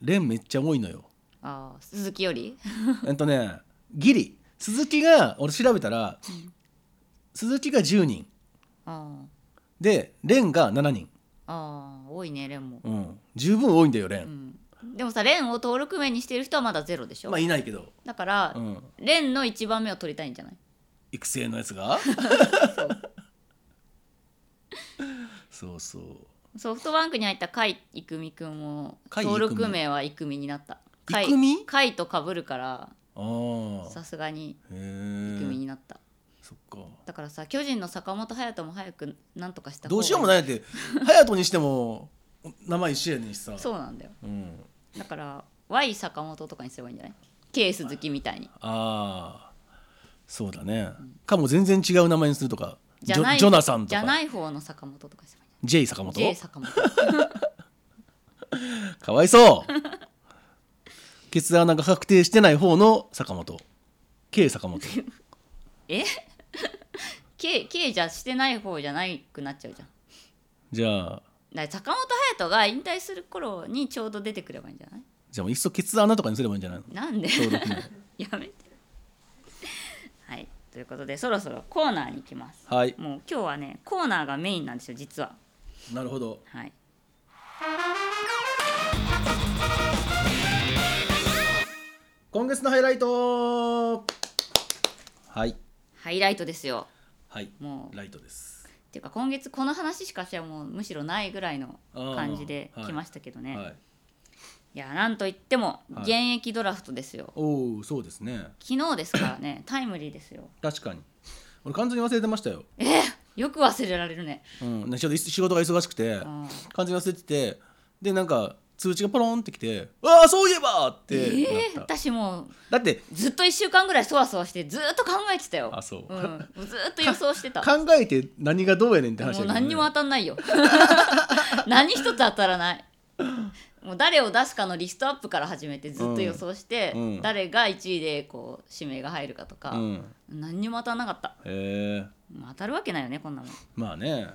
Speaker 4: 蓮めっちゃ多いのよ
Speaker 3: ああ鈴木より
Speaker 4: えっとねギリ鈴木が俺調べたら、鈴木が10人
Speaker 3: あ
Speaker 4: で蓮が7人
Speaker 3: あああ多いねレンも、
Speaker 4: うん十分多いんだよ
Speaker 3: う
Speaker 4: 蓮、
Speaker 3: ん、でもさレンを登録名にしてる人はまだゼロでしょ、
Speaker 4: まあいないけど、
Speaker 3: だから、
Speaker 4: うん、
Speaker 3: レンの一番目を取りたいんじゃない
Speaker 4: 育成のやつ が
Speaker 3: そう
Speaker 4: そうそう
Speaker 3: ソフトバンクに入った甲斐育美くんも
Speaker 4: 甲斐
Speaker 3: 登
Speaker 4: 郁美
Speaker 3: 録名は育美になった甲
Speaker 4: 育美
Speaker 3: 斐甲斐とかぶるから
Speaker 4: ああ
Speaker 3: さすがに
Speaker 4: へ
Speaker 3: 育美
Speaker 4: え
Speaker 3: になった
Speaker 4: そっか
Speaker 3: だからさ巨人の坂本隼人も早くなんとかした方が
Speaker 4: どうしようも
Speaker 3: い
Speaker 4: ないやって隼人にしても名前一緒やねんしさ
Speaker 3: そうなんだよ
Speaker 4: うん、
Speaker 3: だから Y 坂本とかにすればいいんじゃない K 鈴木みたいに
Speaker 4: ああそうだね、かも全然違う名前にするとか
Speaker 3: じゃない
Speaker 4: ジョジョナサンと
Speaker 3: じゃ
Speaker 4: か
Speaker 3: ない方の坂本とかにすればいいんじ
Speaker 4: J 坂
Speaker 3: ゃない
Speaker 4: 本
Speaker 3: J 坂本
Speaker 4: かわいそうケツ穴が確定してない方の坂本 K 坂 本
Speaker 3: え K, K じゃしてない方じゃないくなっちゃうじゃん
Speaker 4: じゃあ
Speaker 3: だから坂本隼人が引退する頃にちょうど出てくればいいんじゃない
Speaker 4: じゃあもういっそケツ穴とかにすればいいんじゃないの
Speaker 3: なんで
Speaker 4: 登録名
Speaker 3: やめてはいということでそろそろコーナーに行きます
Speaker 4: はい
Speaker 3: もう今日はねコーナーがメインなんですよ実は
Speaker 4: なるほど
Speaker 3: はい
Speaker 4: 今月のハイライトはい
Speaker 3: ハイライトですよ
Speaker 4: はい
Speaker 3: もう
Speaker 4: ライトです
Speaker 3: っていうか今月この話しかしはもうむしろないぐらいの感じで
Speaker 4: あーはい
Speaker 3: 来ましたけどね、、
Speaker 4: はいい
Speaker 3: やなんといっても
Speaker 4: はい
Speaker 3: 現役ドラフトですよ、
Speaker 4: おおそうですね
Speaker 3: 昨日ですからねタイムリーですよ
Speaker 4: 確かに俺完全に忘れてましたよ、
Speaker 3: よく忘れられるね、
Speaker 4: うん、ねちょっと仕事が忙しくて
Speaker 3: うん、
Speaker 4: 完全に忘れててでなんか通知がポロンってきて「ああそういえば!」ってな
Speaker 3: ええ
Speaker 4: った、
Speaker 3: 私もう
Speaker 4: だって
Speaker 3: ずっと1週間ぐらいそわそわしてずーっと考えてたよ
Speaker 4: あそう
Speaker 3: うん、もうずーっと予想 してた
Speaker 4: 考えて何がどうやねんって話
Speaker 3: もう
Speaker 4: だけど、ね、
Speaker 3: 何にも当たんない よ何一つ当たらないもう誰を出すかのリストアップから始めてずっと予想して、
Speaker 4: うんうん
Speaker 3: 誰が1位でこう指名が入るかとか、
Speaker 4: うん、
Speaker 3: 何にも当たんなかった
Speaker 4: へえ
Speaker 3: もう当たるわけないよねこんなもん
Speaker 4: まあね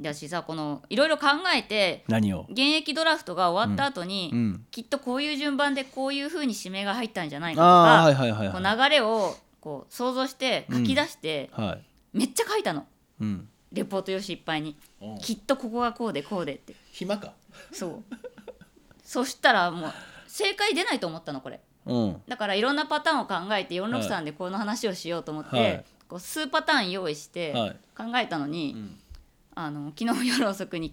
Speaker 3: だしさこのいろいろ考えて
Speaker 4: 何を
Speaker 3: 現役ドラフトが終わった後に、
Speaker 4: うん
Speaker 3: きっとこういう順番でこういうふうに指名が入ったんじゃないかと
Speaker 4: ああはい
Speaker 3: か、
Speaker 4: はいはいはい
Speaker 3: こう流れをこう想像して書き出して、
Speaker 4: はい
Speaker 3: めっちゃ書いたの
Speaker 4: うん
Speaker 3: レポート用紙いっぱいに
Speaker 4: おう
Speaker 3: きっとここがこうでこうでって
Speaker 4: 暇か
Speaker 3: そうそしたらもう正解出ないと思ったのこれ
Speaker 4: うん
Speaker 3: だからいろんなパターンを考えて463でこの話をしようと思って、
Speaker 4: はい
Speaker 3: こう数パターン用意して
Speaker 4: はい
Speaker 3: 考えたのに、
Speaker 4: ん
Speaker 3: あの昨日夜遅くに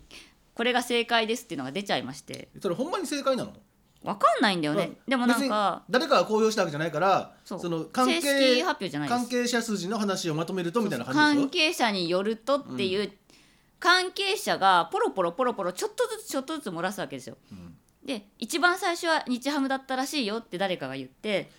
Speaker 3: これが正解ですっていうのが出ちゃいまして
Speaker 4: それほんまに正解なの
Speaker 3: わかんないんだよね、
Speaker 4: うん
Speaker 3: でもなんか
Speaker 4: 別に誰かが公表したわけじゃないから
Speaker 3: そう
Speaker 4: の関係
Speaker 3: 正式発表じゃないです
Speaker 4: 関係者筋の話をまとめるとみたいな感じ
Speaker 3: 関
Speaker 4: でし
Speaker 3: 係者によるとっていう、関係者がポロポロポロポロちょっとずつちょっとずつ漏らすわけですよ。で一番最初は日ハムだったらしいよって誰かが言って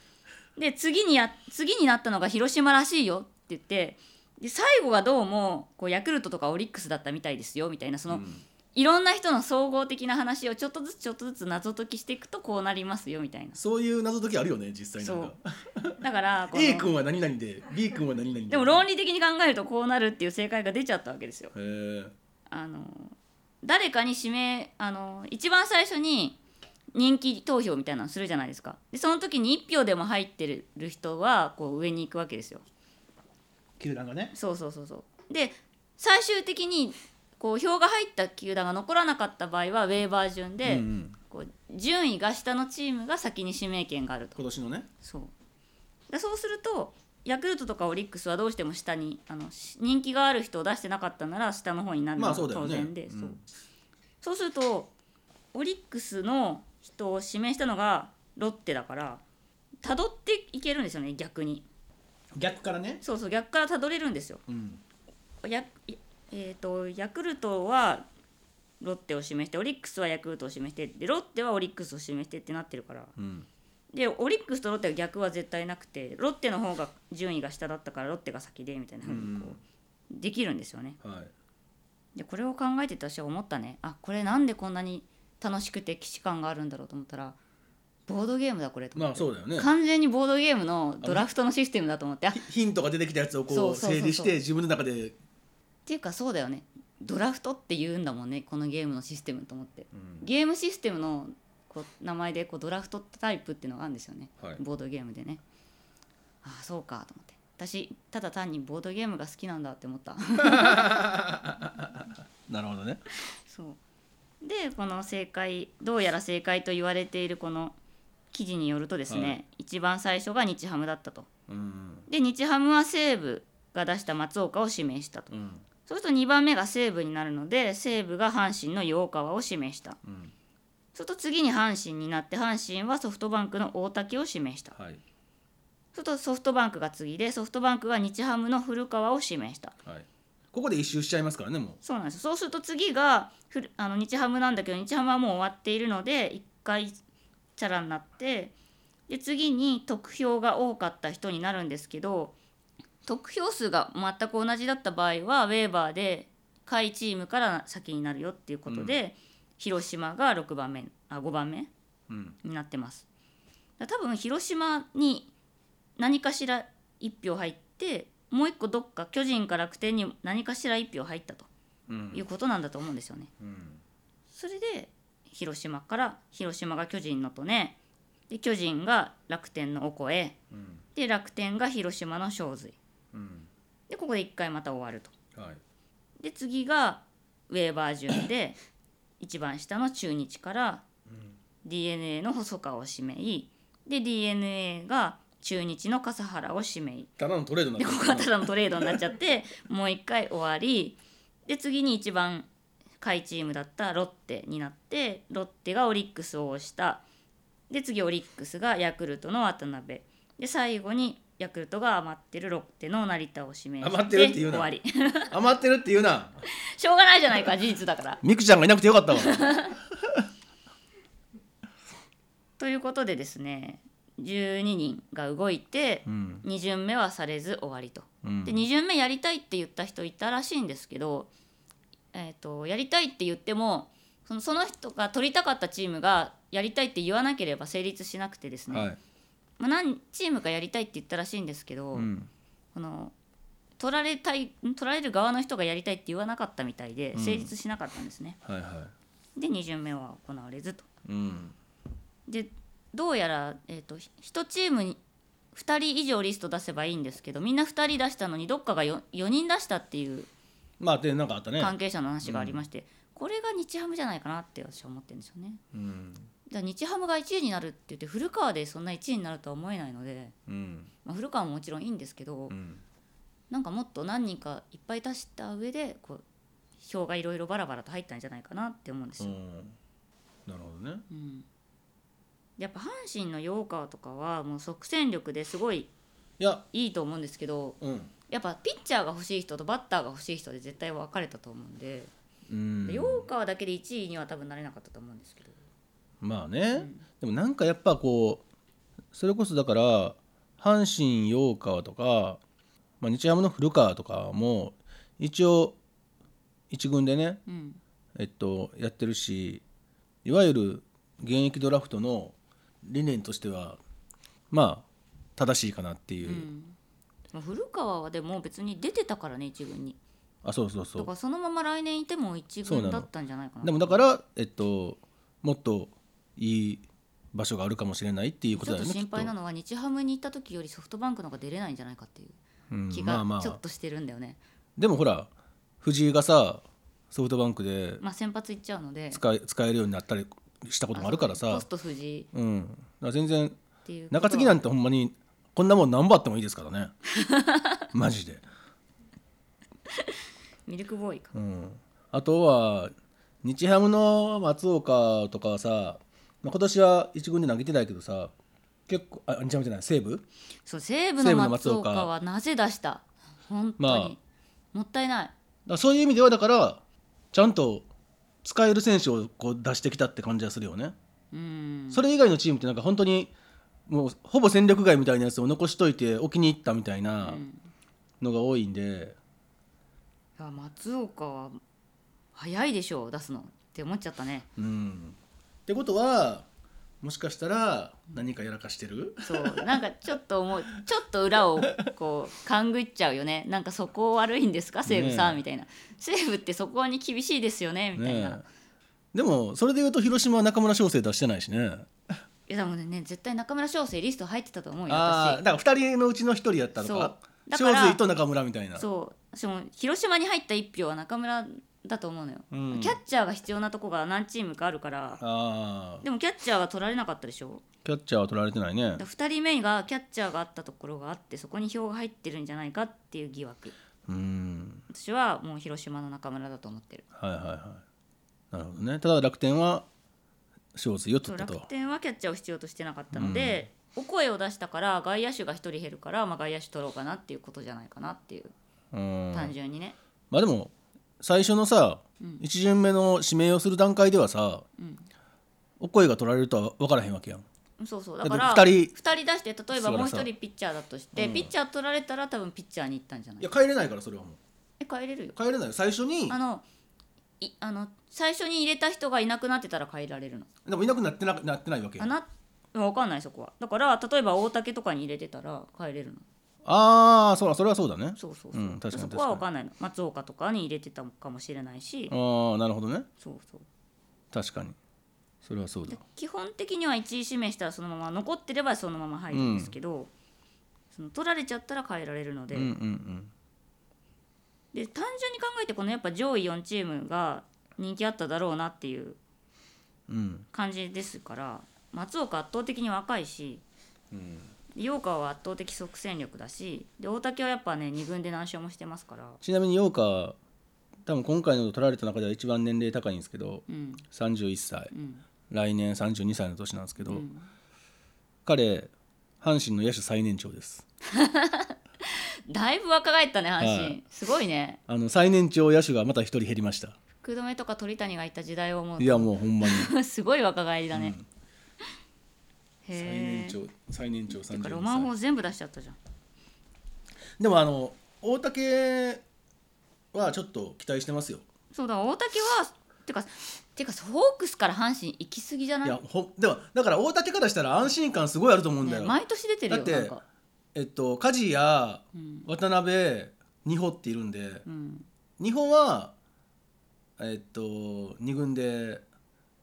Speaker 3: で次にや次になったのが広島らしいよって言ってで最後がどうもこうヤクルトとかオリックスだったみたいですよみたいなそ
Speaker 4: ょ
Speaker 3: の、
Speaker 4: うん
Speaker 3: いろんな人の総合的な話をちょっとずつちょっとずつ謎解きしていくとこうなりますよみたいな。
Speaker 4: そういう謎解きあるよね実際なんか
Speaker 3: だからこの
Speaker 4: A 君は何々で B 君は何々で
Speaker 3: でも論理的に考えるとこうなるっていう正解が出ちゃったわけですよ。
Speaker 4: へえ
Speaker 3: あの誰かに指名あの一番最初に人気投票みたいなのするじゃないですかでその時に1票でも入ってる人はこう上に行くわけですよ
Speaker 4: 球団がね
Speaker 3: そうそうそうそうで最終的にこう票が入った球団が残らなかった場合はウェーバー順で、
Speaker 4: うんうん
Speaker 3: こう順位が下のチームが先に指名権があると
Speaker 4: 今年のね
Speaker 3: そうでそうするとヤクルトとかオリックスはどうしても下にあのし人気がある人を出してなかったなら下の方になるの
Speaker 4: まあ
Speaker 3: が
Speaker 4: そうだよ
Speaker 3: 当
Speaker 4: ね
Speaker 3: 然で、
Speaker 4: うん
Speaker 3: そうそうするとオリックスの人を指名したのがロッテだから辿っていけるんですよね逆に
Speaker 4: 逆からね
Speaker 3: そうそう逆から辿れるんですよ
Speaker 4: うん
Speaker 3: やいえー、とヤクルトはロッテを指名してオリックスはヤクルトを指名してでロッテはオリックスを指名してってなってるから
Speaker 4: うん
Speaker 3: でオリックスとロッテは逆は絶対なくてロッテの方が順位が下だったからロッテが先でみたいな風にこうできるんですよね。
Speaker 4: はい
Speaker 3: でこれを考えてて私は思ったねあこれなんでこんなに楽しくて既視感があるんだろうと思ったらボードゲームだこれと思って
Speaker 4: まあそうだよね
Speaker 3: 完全にボードゲームのドラフトのシステムだと思ってあっ
Speaker 4: ヒヒントが出てきたやつを
Speaker 3: そう
Speaker 4: こう
Speaker 3: そうそうそう
Speaker 4: 整理して自分の中で
Speaker 3: ていうかそうだよねドラフトって言うんだもんねこのゲームのシステムと思って、ゲームシステムのこう名前でこうドラフトタイプっていうのがあるんですよね、
Speaker 4: はい
Speaker 3: ボードゲームでねああそうかと思って私ただ単にボードゲームが好きなんだって思った
Speaker 4: なるほどね
Speaker 3: そうでこの正解どうやら正解と言われているこの記事によるとですね、
Speaker 4: はい
Speaker 3: 一番最初が日ハムだったと
Speaker 4: うん
Speaker 3: で日ハムは西武が出した松岡を指名したと、
Speaker 4: うん
Speaker 3: そうすると2番目が西武になるので西武が阪神の陽川を指名した
Speaker 4: うん
Speaker 3: そうすると次に阪神になって阪神はソフトバンクの大竹を指名した
Speaker 4: はい
Speaker 3: そうするとソフトバンクが次でソフトバンクが日ハムの古川を指名した
Speaker 4: はいここで一周しちゃいますからねも
Speaker 3: そうなんですよそうすると次がフルあの日ハムなんだけど日ハムはもう終わっているので1回チャラになってで次に得票が多かった人になるんですけど得票数が全く同じだった場合はウェーバーで下位チームから先になるよっていうことで、広島が6番目あ5番目
Speaker 4: ううん
Speaker 3: になってますだから多分広島に何かしら1票入ってもう一個どっか巨人か楽天に何かしら1票入ったと
Speaker 4: う
Speaker 3: いうんことなんだと思うんですよね。
Speaker 4: うん
Speaker 3: それで広島から広島が巨人のとねで巨人が楽天のおこえ
Speaker 4: うん
Speaker 3: で楽天が広島の正髄
Speaker 4: うん
Speaker 3: でここで一回また終わると
Speaker 4: はい
Speaker 3: で次がウェーバー順で一番下の中日から
Speaker 4: ん
Speaker 3: d n a の細川を指名で d n a が中日の笠原を指名
Speaker 4: ただのトレードなん
Speaker 3: で
Speaker 4: で
Speaker 3: こ
Speaker 4: す
Speaker 3: こはただのトレードになっちゃってもう一回終わりで次に一番下位チームだったロッテになってロッテがオリックスを押したで次オリックスがヤクルトの渡辺で最後にヤクルトが余ってるロッテの成田を指名して
Speaker 4: 余ってるって言う
Speaker 3: 終
Speaker 4: な
Speaker 3: わり
Speaker 4: 余ってるって言うな
Speaker 3: しょうがないじゃないか事実だから。
Speaker 4: ミクちゃんがいなくてよかったわ
Speaker 3: ということでですね12人が動いて
Speaker 4: うん
Speaker 3: 2巡目はされず終わりと。
Speaker 4: うん
Speaker 3: で2巡目やりたいって言った人いたらしいんですけど、えー、とやりたいって言ってもそのその人が取りたかったチームがやりたいって言わなければ成立しなくてですね、
Speaker 4: はい
Speaker 3: まあ、何チームかやりたいって言ったらしいんですけど、
Speaker 4: うん
Speaker 3: この取られたい取られる側の人がやりたいって言わなかったみたいで
Speaker 4: うん
Speaker 3: 成立しなかったんですね。
Speaker 4: はいは
Speaker 3: で2巡目は行われずと。
Speaker 4: いうん
Speaker 3: でどうやら、えー、と1チームに2人以上リスト出せばいいんですけどみんな2人出したのにどっかが 4, 4人出したっていう
Speaker 4: まあでなんかあったね
Speaker 3: 関係者の話がありまして、これが日ハムじゃないかなって私は思ってるんですよね。
Speaker 4: うん
Speaker 3: だから日ハムが1位になるって言って古川でそんな1位になるとは思えないので、
Speaker 4: うん
Speaker 3: まあ、古川ももちろんいいんですけど、
Speaker 4: うん
Speaker 3: なんかもっと何人かいっぱい出した上でこう票がいろいろバラバラと入ったんじゃないかなって思うんです
Speaker 4: う
Speaker 3: よ。
Speaker 4: んなるほどね
Speaker 3: うんやっぱ阪神の陽川とかはもう即戦力ですごい
Speaker 4: いや
Speaker 3: いいと思うんですけど
Speaker 4: うん
Speaker 3: やっぱピッチャーが欲しい人とバッターが欲しい人で絶対分かれたと思うんで
Speaker 4: うん
Speaker 3: 陽川、だけで1位には多分なれなかったと思うんですけど。
Speaker 4: まあね、でもなんかやっぱこうそれこそだから阪神陽川とか、まあ、日ハムの古川とかも一応一軍でね、
Speaker 3: うん
Speaker 4: えっと、やってるしいわゆる現役ドラフトの理念としてはまあ正しいかなっていう、
Speaker 3: まあ古川はでも別に出てたからね一軍に
Speaker 4: あそうそうそ
Speaker 3: だ
Speaker 4: う
Speaker 3: からそのまま来年いても一軍だったんじゃないかな
Speaker 4: でもだから、えっと、もっといい場所があるかもしれないっていうこ
Speaker 3: ち
Speaker 4: と
Speaker 3: ょっ
Speaker 4: だ
Speaker 3: と
Speaker 4: よね
Speaker 3: 心配な
Speaker 4: きっ
Speaker 3: のは日ハムに行った時よりソフトバンクの方が出れないんじゃないかっていう
Speaker 4: とうん
Speaker 3: 気
Speaker 4: ま
Speaker 3: が
Speaker 4: あまあ
Speaker 3: ちょっとしてるんだよね、
Speaker 4: でもほら藤井がさソフトバンクで
Speaker 3: まあ先発行っちゃうので
Speaker 4: 使え使えるようになったりしたこともあるから
Speaker 3: あそう
Speaker 4: さ
Speaker 3: ポス、ト藤井っ
Speaker 4: うん、だから全然
Speaker 3: ていうことは
Speaker 4: 中継ぎなんてほんまにこんなもん何本あってもいいですか らねマジで、
Speaker 3: ミルクボーイか
Speaker 4: うん、あとは日ハムの松岡とかはさ、まあ、今年は一軍で投げてないけどさ結構あ日ハムじゃない西武
Speaker 3: そう西武
Speaker 4: 西
Speaker 3: の
Speaker 4: 武
Speaker 3: 松
Speaker 4: の松岡
Speaker 3: 岡はなぜ出した本当に、
Speaker 4: ま
Speaker 3: もったいない
Speaker 4: だからそういう意味ではだからちゃんと使える選手をこう出してきたって感じがするよね。
Speaker 3: うん
Speaker 4: それ以外のチームってなんか本当にもうほぼ戦力外みたいなやつを残しといて置きに行ったみたいなのが多いんで、
Speaker 3: や松岡は早いでしょう出すのって思っちゃったね
Speaker 4: うんってことはもしかしたら何かやらかしてる
Speaker 3: そうなんかちょっと思う ちょっと裏をこう勘ぐっちゃうよねなんかそこ悪いんですか西武さん、
Speaker 4: ねえ
Speaker 3: みたいな西武ってそこに厳しいですよねみたいな、
Speaker 4: ねえでもそれで言うと広島は中村翔成出してないしね
Speaker 3: いやでもね絶対中村翔成リスト入ってたと思うよ
Speaker 4: ああ
Speaker 3: 私
Speaker 4: だから2人のうちの1人やったの
Speaker 3: そう
Speaker 4: か
Speaker 3: だか
Speaker 4: 翔
Speaker 3: ら
Speaker 4: 成と中村みたいな
Speaker 3: そう私も広島に入った一票は中村だと思うのよ、
Speaker 4: うん
Speaker 3: キャッチャーが必要なとこが何チームかあるから
Speaker 4: ああ
Speaker 3: でもキャッチャーが取られなかったでしょ
Speaker 4: キャッチャーは取られてないね
Speaker 3: だ2人目がキャッチャーがあったところがあってそこに票が入ってるんじゃないかっていう疑惑
Speaker 4: うん
Speaker 3: 私はもう広島の中村だと思ってる
Speaker 4: はいはいはいなるほどねただ楽天は翔成を
Speaker 3: そ
Speaker 4: 取
Speaker 3: う
Speaker 4: った
Speaker 3: 楽
Speaker 4: と
Speaker 3: 天はキャッチャーを必要としてなかったので、お声を出したから外野手が1人減るから、まあ、外野手取ろうかなっていうことじゃないかなっていう、
Speaker 4: うん
Speaker 3: 単純にね
Speaker 4: まあでも最初のさ、一巡目の指名をする段階ではさ、お声が取られるとは分からへんわけやん
Speaker 3: そうそう
Speaker 4: だ
Speaker 3: だ
Speaker 4: って
Speaker 3: から
Speaker 4: 二人
Speaker 3: 二出して例えばもう
Speaker 4: そ
Speaker 3: 1
Speaker 4: うだ
Speaker 3: 人
Speaker 4: さ
Speaker 3: ピッチャーだとして、ピッチャー取られたら多分ピッチャーに行ったんじゃない
Speaker 4: いや帰れないからそれはもう
Speaker 3: え帰れるよ
Speaker 4: 帰れないよ最初に
Speaker 3: あのいあの最初に入れた人がいなくなってたら変えられるの
Speaker 4: でもいなくなってななってないわけや
Speaker 3: あ
Speaker 4: んあ
Speaker 3: な分かんないそこはだから例えば大竹とかに入れてたら変えれるの
Speaker 4: あーそうだそれはそうだね
Speaker 3: そうそうそう、
Speaker 4: うん確かに
Speaker 3: そこは分かんないの松岡とかに入れてたかもしれないし、
Speaker 4: ああなるほどね
Speaker 3: そうそう
Speaker 4: 確かにそれはそうだ
Speaker 3: で基本的には1位指名したらそのまま残ってればそのまま入るんですけど、その取られちゃったら変えられるので、
Speaker 4: うんうんうん
Speaker 3: で単純に考えてこのやっぱ上位4チームが人気あっただろうなっていう
Speaker 4: うん
Speaker 3: 感じですから松岡圧倒的に若いし陽川、は圧倒的即戦力だしで大竹はやっぱね2軍で何勝もしてますから、
Speaker 4: ちなみに陽花多分今回の取られた中では一番年齢高いんですけど
Speaker 3: うん
Speaker 4: 31歳
Speaker 3: うん
Speaker 4: 来年32歳の年なんですけど、
Speaker 3: うん、
Speaker 4: 彼阪神の野手最年長です
Speaker 3: だいぶ若返ったね阪神、
Speaker 4: はい
Speaker 3: すごいね
Speaker 4: あの最年長野手がまた一人減りました
Speaker 3: 福留とか鳥谷がいた時代を思う
Speaker 4: いやもうほんまに
Speaker 3: と すごい若返りだね、
Speaker 4: 最
Speaker 3: へ
Speaker 4: 年
Speaker 3: え
Speaker 4: 長最年長
Speaker 3: だからロマン
Speaker 4: 32
Speaker 3: 法
Speaker 4: 歳
Speaker 3: 全部出しちゃったじゃん
Speaker 4: でもあの大竹はちょっと期待してますよ
Speaker 3: そうだ大竹はてかてかホークスから阪神行き過ぎじゃないい
Speaker 4: やほでもだから大竹からしたら安心感すごいあると思うんだ
Speaker 3: ね
Speaker 4: よ、
Speaker 3: 毎年出てる
Speaker 4: だ
Speaker 3: よ
Speaker 4: って
Speaker 3: なんか、
Speaker 4: えっと梶谷
Speaker 3: うん
Speaker 4: 渡辺二穂っているんで
Speaker 3: うん、
Speaker 4: 二穂はえっと二軍で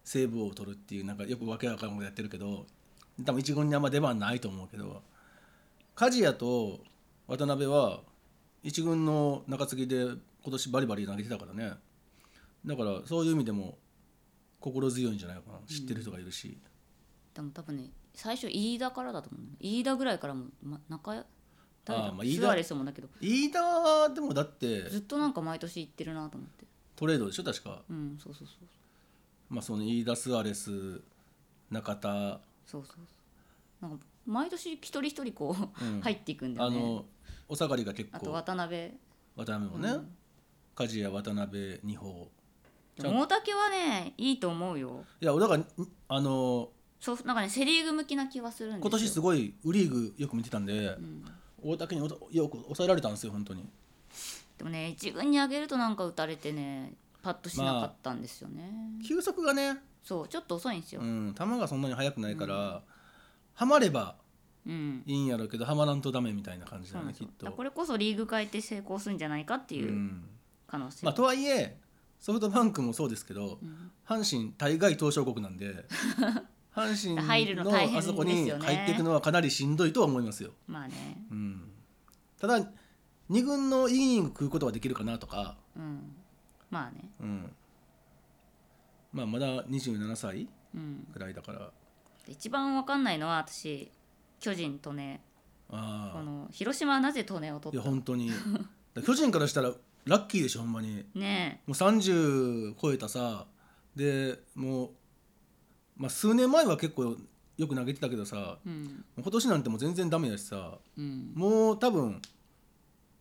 Speaker 4: セーブ王を取るっていうなんかよくわけわからんことやってるけど多分一軍にあんま出番ないと思うけど梶谷と渡辺は一軍の中継ぎで今年バリバリ投げてたからねだからそういう意味でも心強いんじゃないかな知ってる人がいるし。
Speaker 3: でも多分ね最初飯田からだと思うね飯田ぐらいからも、ま、中屋誰だ
Speaker 4: あーまあ飯田
Speaker 3: スアレスもだけど
Speaker 4: 飯田はでもだって
Speaker 3: ずっとなんか毎年行ってるなと思って
Speaker 4: トレードでしょ確か、
Speaker 3: うんそうそうそう
Speaker 4: まあ、その飯田スアレス中田、
Speaker 3: そうそうそうなんか毎年一人一人こう、
Speaker 4: うん
Speaker 3: 入っていくんだ
Speaker 4: あ
Speaker 3: よね
Speaker 4: のお下がりが結
Speaker 3: あと
Speaker 4: 構
Speaker 3: 渡辺
Speaker 4: 渡辺もね、梶谷渡辺二宝
Speaker 3: でも大竹はねいいと思うよ
Speaker 4: いやだからにあの
Speaker 3: そうなんかねセ・リーグ向きな気がするんですよ
Speaker 4: 今年すごいウリーグよく見てたんで、大竹におとよく抑えられたんですよ本当に
Speaker 3: でもね一軍に上げるとなんか打たれてねパッとしなかったんですよね、
Speaker 4: 球速がね、
Speaker 3: そうちょっと遅いんですよ、
Speaker 4: うん、球がそんなに速くないから、はまれば
Speaker 3: うん
Speaker 4: いいんやろうけどはまらんとダメみたいな感じ
Speaker 3: そ
Speaker 4: だ
Speaker 3: うなん
Speaker 4: ね
Speaker 3: です
Speaker 4: きっ
Speaker 3: よだ
Speaker 4: と
Speaker 3: からこれこそリーグ変えて成功するんじゃないかって
Speaker 4: う
Speaker 3: いうん可能性、
Speaker 4: まあ、とはいえソフトバンクもそうですけど、阪神大概東証国なんで 阪
Speaker 3: 入
Speaker 4: 神
Speaker 3: るの
Speaker 4: の
Speaker 3: 大変
Speaker 4: あそこ
Speaker 3: です
Speaker 4: に
Speaker 3: よね
Speaker 4: 入っていくのはかなりしんどいとは思いますよ。
Speaker 3: まあね
Speaker 4: うん、ただ2軍のイニング食うことはできるかなとか、
Speaker 3: うんまあね
Speaker 4: うんまあ、まだ27歳
Speaker 3: うん
Speaker 4: ぐらいだから
Speaker 3: 一番わかんないのは私巨人とねこ
Speaker 4: ああ
Speaker 3: の広島はなぜトネを
Speaker 4: い
Speaker 3: 取
Speaker 4: や
Speaker 3: った
Speaker 4: 本当に だから巨人からしたらラッキーでしょほんまに。
Speaker 3: ね
Speaker 4: もう30超えたさでもう、まあ、数年前は結構よく投げてたけどさ
Speaker 3: えうん
Speaker 4: 今年なんてもう全然ダメだしさ
Speaker 3: うん
Speaker 4: もう多分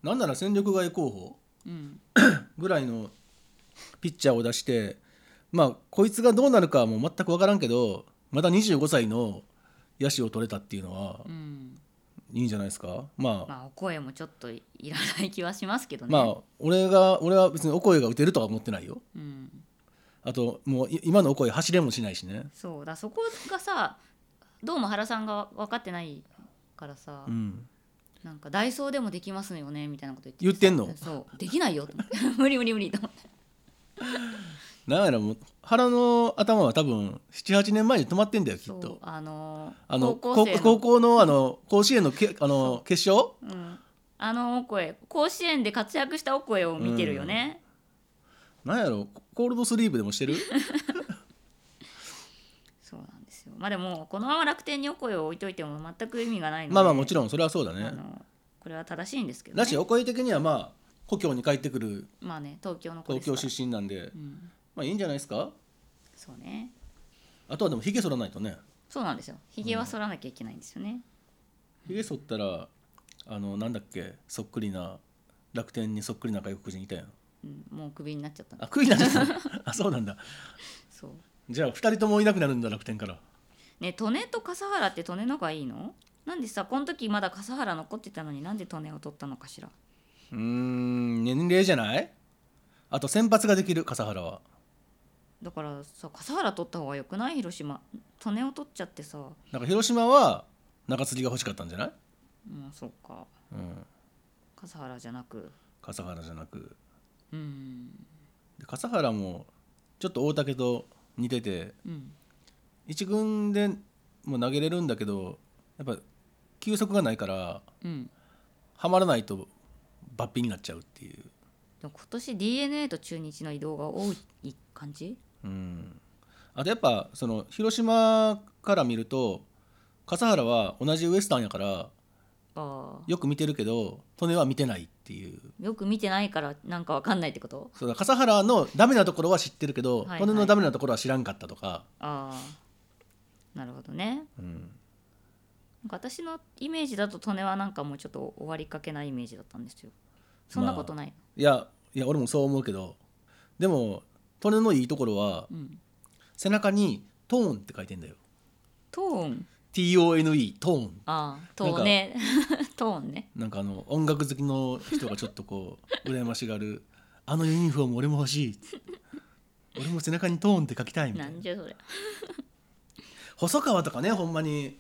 Speaker 4: なんなら戦力外候補
Speaker 3: うん
Speaker 4: ぐらいのピッチャーを出してまあこいつがどうなるかはもう全く分からんけどまだ25歳の野手を取れたっていうのは
Speaker 3: うん
Speaker 4: いいんじゃないですかま
Speaker 3: ま
Speaker 4: あ、
Speaker 3: あお声もちょっといらない気はしますけどね、
Speaker 4: まあ俺が俺は別にお声が打てるとは思ってないよ
Speaker 3: うん、
Speaker 4: あともうい今のお声走れもしないしね
Speaker 3: そうだそこがさどうも原さんが分かってないからさ、
Speaker 4: うん
Speaker 3: なんかダイソーでもできますよねみたいなこと言って
Speaker 4: 言ってんの
Speaker 3: そうできないよと思 って無理無理無理と思って
Speaker 4: なんやらもう腹の頭は多分78年前に止まってんだよきっ
Speaker 3: そう
Speaker 4: と
Speaker 3: あのー
Speaker 4: あの
Speaker 3: 高校生の
Speaker 4: 高校のあの甲子園のけあの決勝
Speaker 3: うん、あのお声甲子園で活躍したお声を見てるよね、
Speaker 4: なんやろコールドスリープでもし てる
Speaker 3: そうなんですよまあでもこのまま楽天にお声を置いといても全く意味がないので
Speaker 4: まあまあもちろんそれはそうだ
Speaker 3: あ
Speaker 4: ね
Speaker 3: のこれは正しいんですけど、
Speaker 4: だ
Speaker 3: ね、
Speaker 4: しお声的にはまあ故郷に帰ってくる
Speaker 3: まあね東京の子で
Speaker 4: 東
Speaker 3: すか
Speaker 4: 京
Speaker 3: ら
Speaker 4: 出身なんで
Speaker 3: うん、
Speaker 4: まあいいんじゃないですか
Speaker 3: そうね
Speaker 4: あとはでもひげ剃らないとね
Speaker 3: そうなんですよひげは剃らなきゃいけないんですよね、
Speaker 4: ひげ剃ったらあのなんだっけそっくりな楽天にそっくりな外国人いたやん
Speaker 3: うんもうクビになっちゃったんで
Speaker 4: あクイなんだ あそうなんだ
Speaker 3: そう
Speaker 4: じゃあ2人ともいなくなるんだ楽天から
Speaker 3: ねえ利根と笠原って利根のがいいのなんでさこの時まだ笠原残ってたのになんで利根を取ったのかしら
Speaker 4: うーん年齢じゃないあと先発ができる笠原は
Speaker 3: だからさ笠原取った方がよくない広島利根を取っちゃってさ
Speaker 4: なんか広島は中継ぎが欲しかったんじゃない、
Speaker 3: うんそうか
Speaker 4: うん、
Speaker 3: 笠原じゃなく
Speaker 4: 笠原じゃなく
Speaker 3: うん
Speaker 4: で笠原もちょっと大竹と似てて
Speaker 3: うん
Speaker 4: 1軍でも投げれるんだけどやっぱ球速がないから
Speaker 3: うん
Speaker 4: はまらないと抜ピになっちゃうっていう、
Speaker 3: でも今年 d n a と中日の移動が多い感じ
Speaker 4: うん、あとやっぱその広島から見ると笠原は同じウエスタンやから
Speaker 3: あ
Speaker 4: よく見てるけど利根は見てないっていう
Speaker 3: あよく見てないからなんかわかんないってこと
Speaker 4: そうだ笠原のダメなところは知ってるけど、
Speaker 3: はいはい
Speaker 4: 利根のダメなところは知らんかったとか、
Speaker 3: ああなるほどね
Speaker 4: うん、
Speaker 3: なんか私のイメージだと利根はなんかもうちょっと終わりかけないイメージだったんですよそんなことない、
Speaker 4: いやいや俺もそう思うけどでも利根のいいところは
Speaker 3: うん
Speaker 4: 背中に「トーン」って書いてんだよ
Speaker 3: トーン
Speaker 4: TONE トーン
Speaker 3: ああトーンね トーンね
Speaker 4: なんかあの音楽好きの人がちょっとこ う羨ましがる「あのユニフォーム俺も欲しい」俺も背中にトーンって書きたいみた
Speaker 3: ない
Speaker 4: なん
Speaker 3: じゃそれ
Speaker 4: 細川とかねほんまに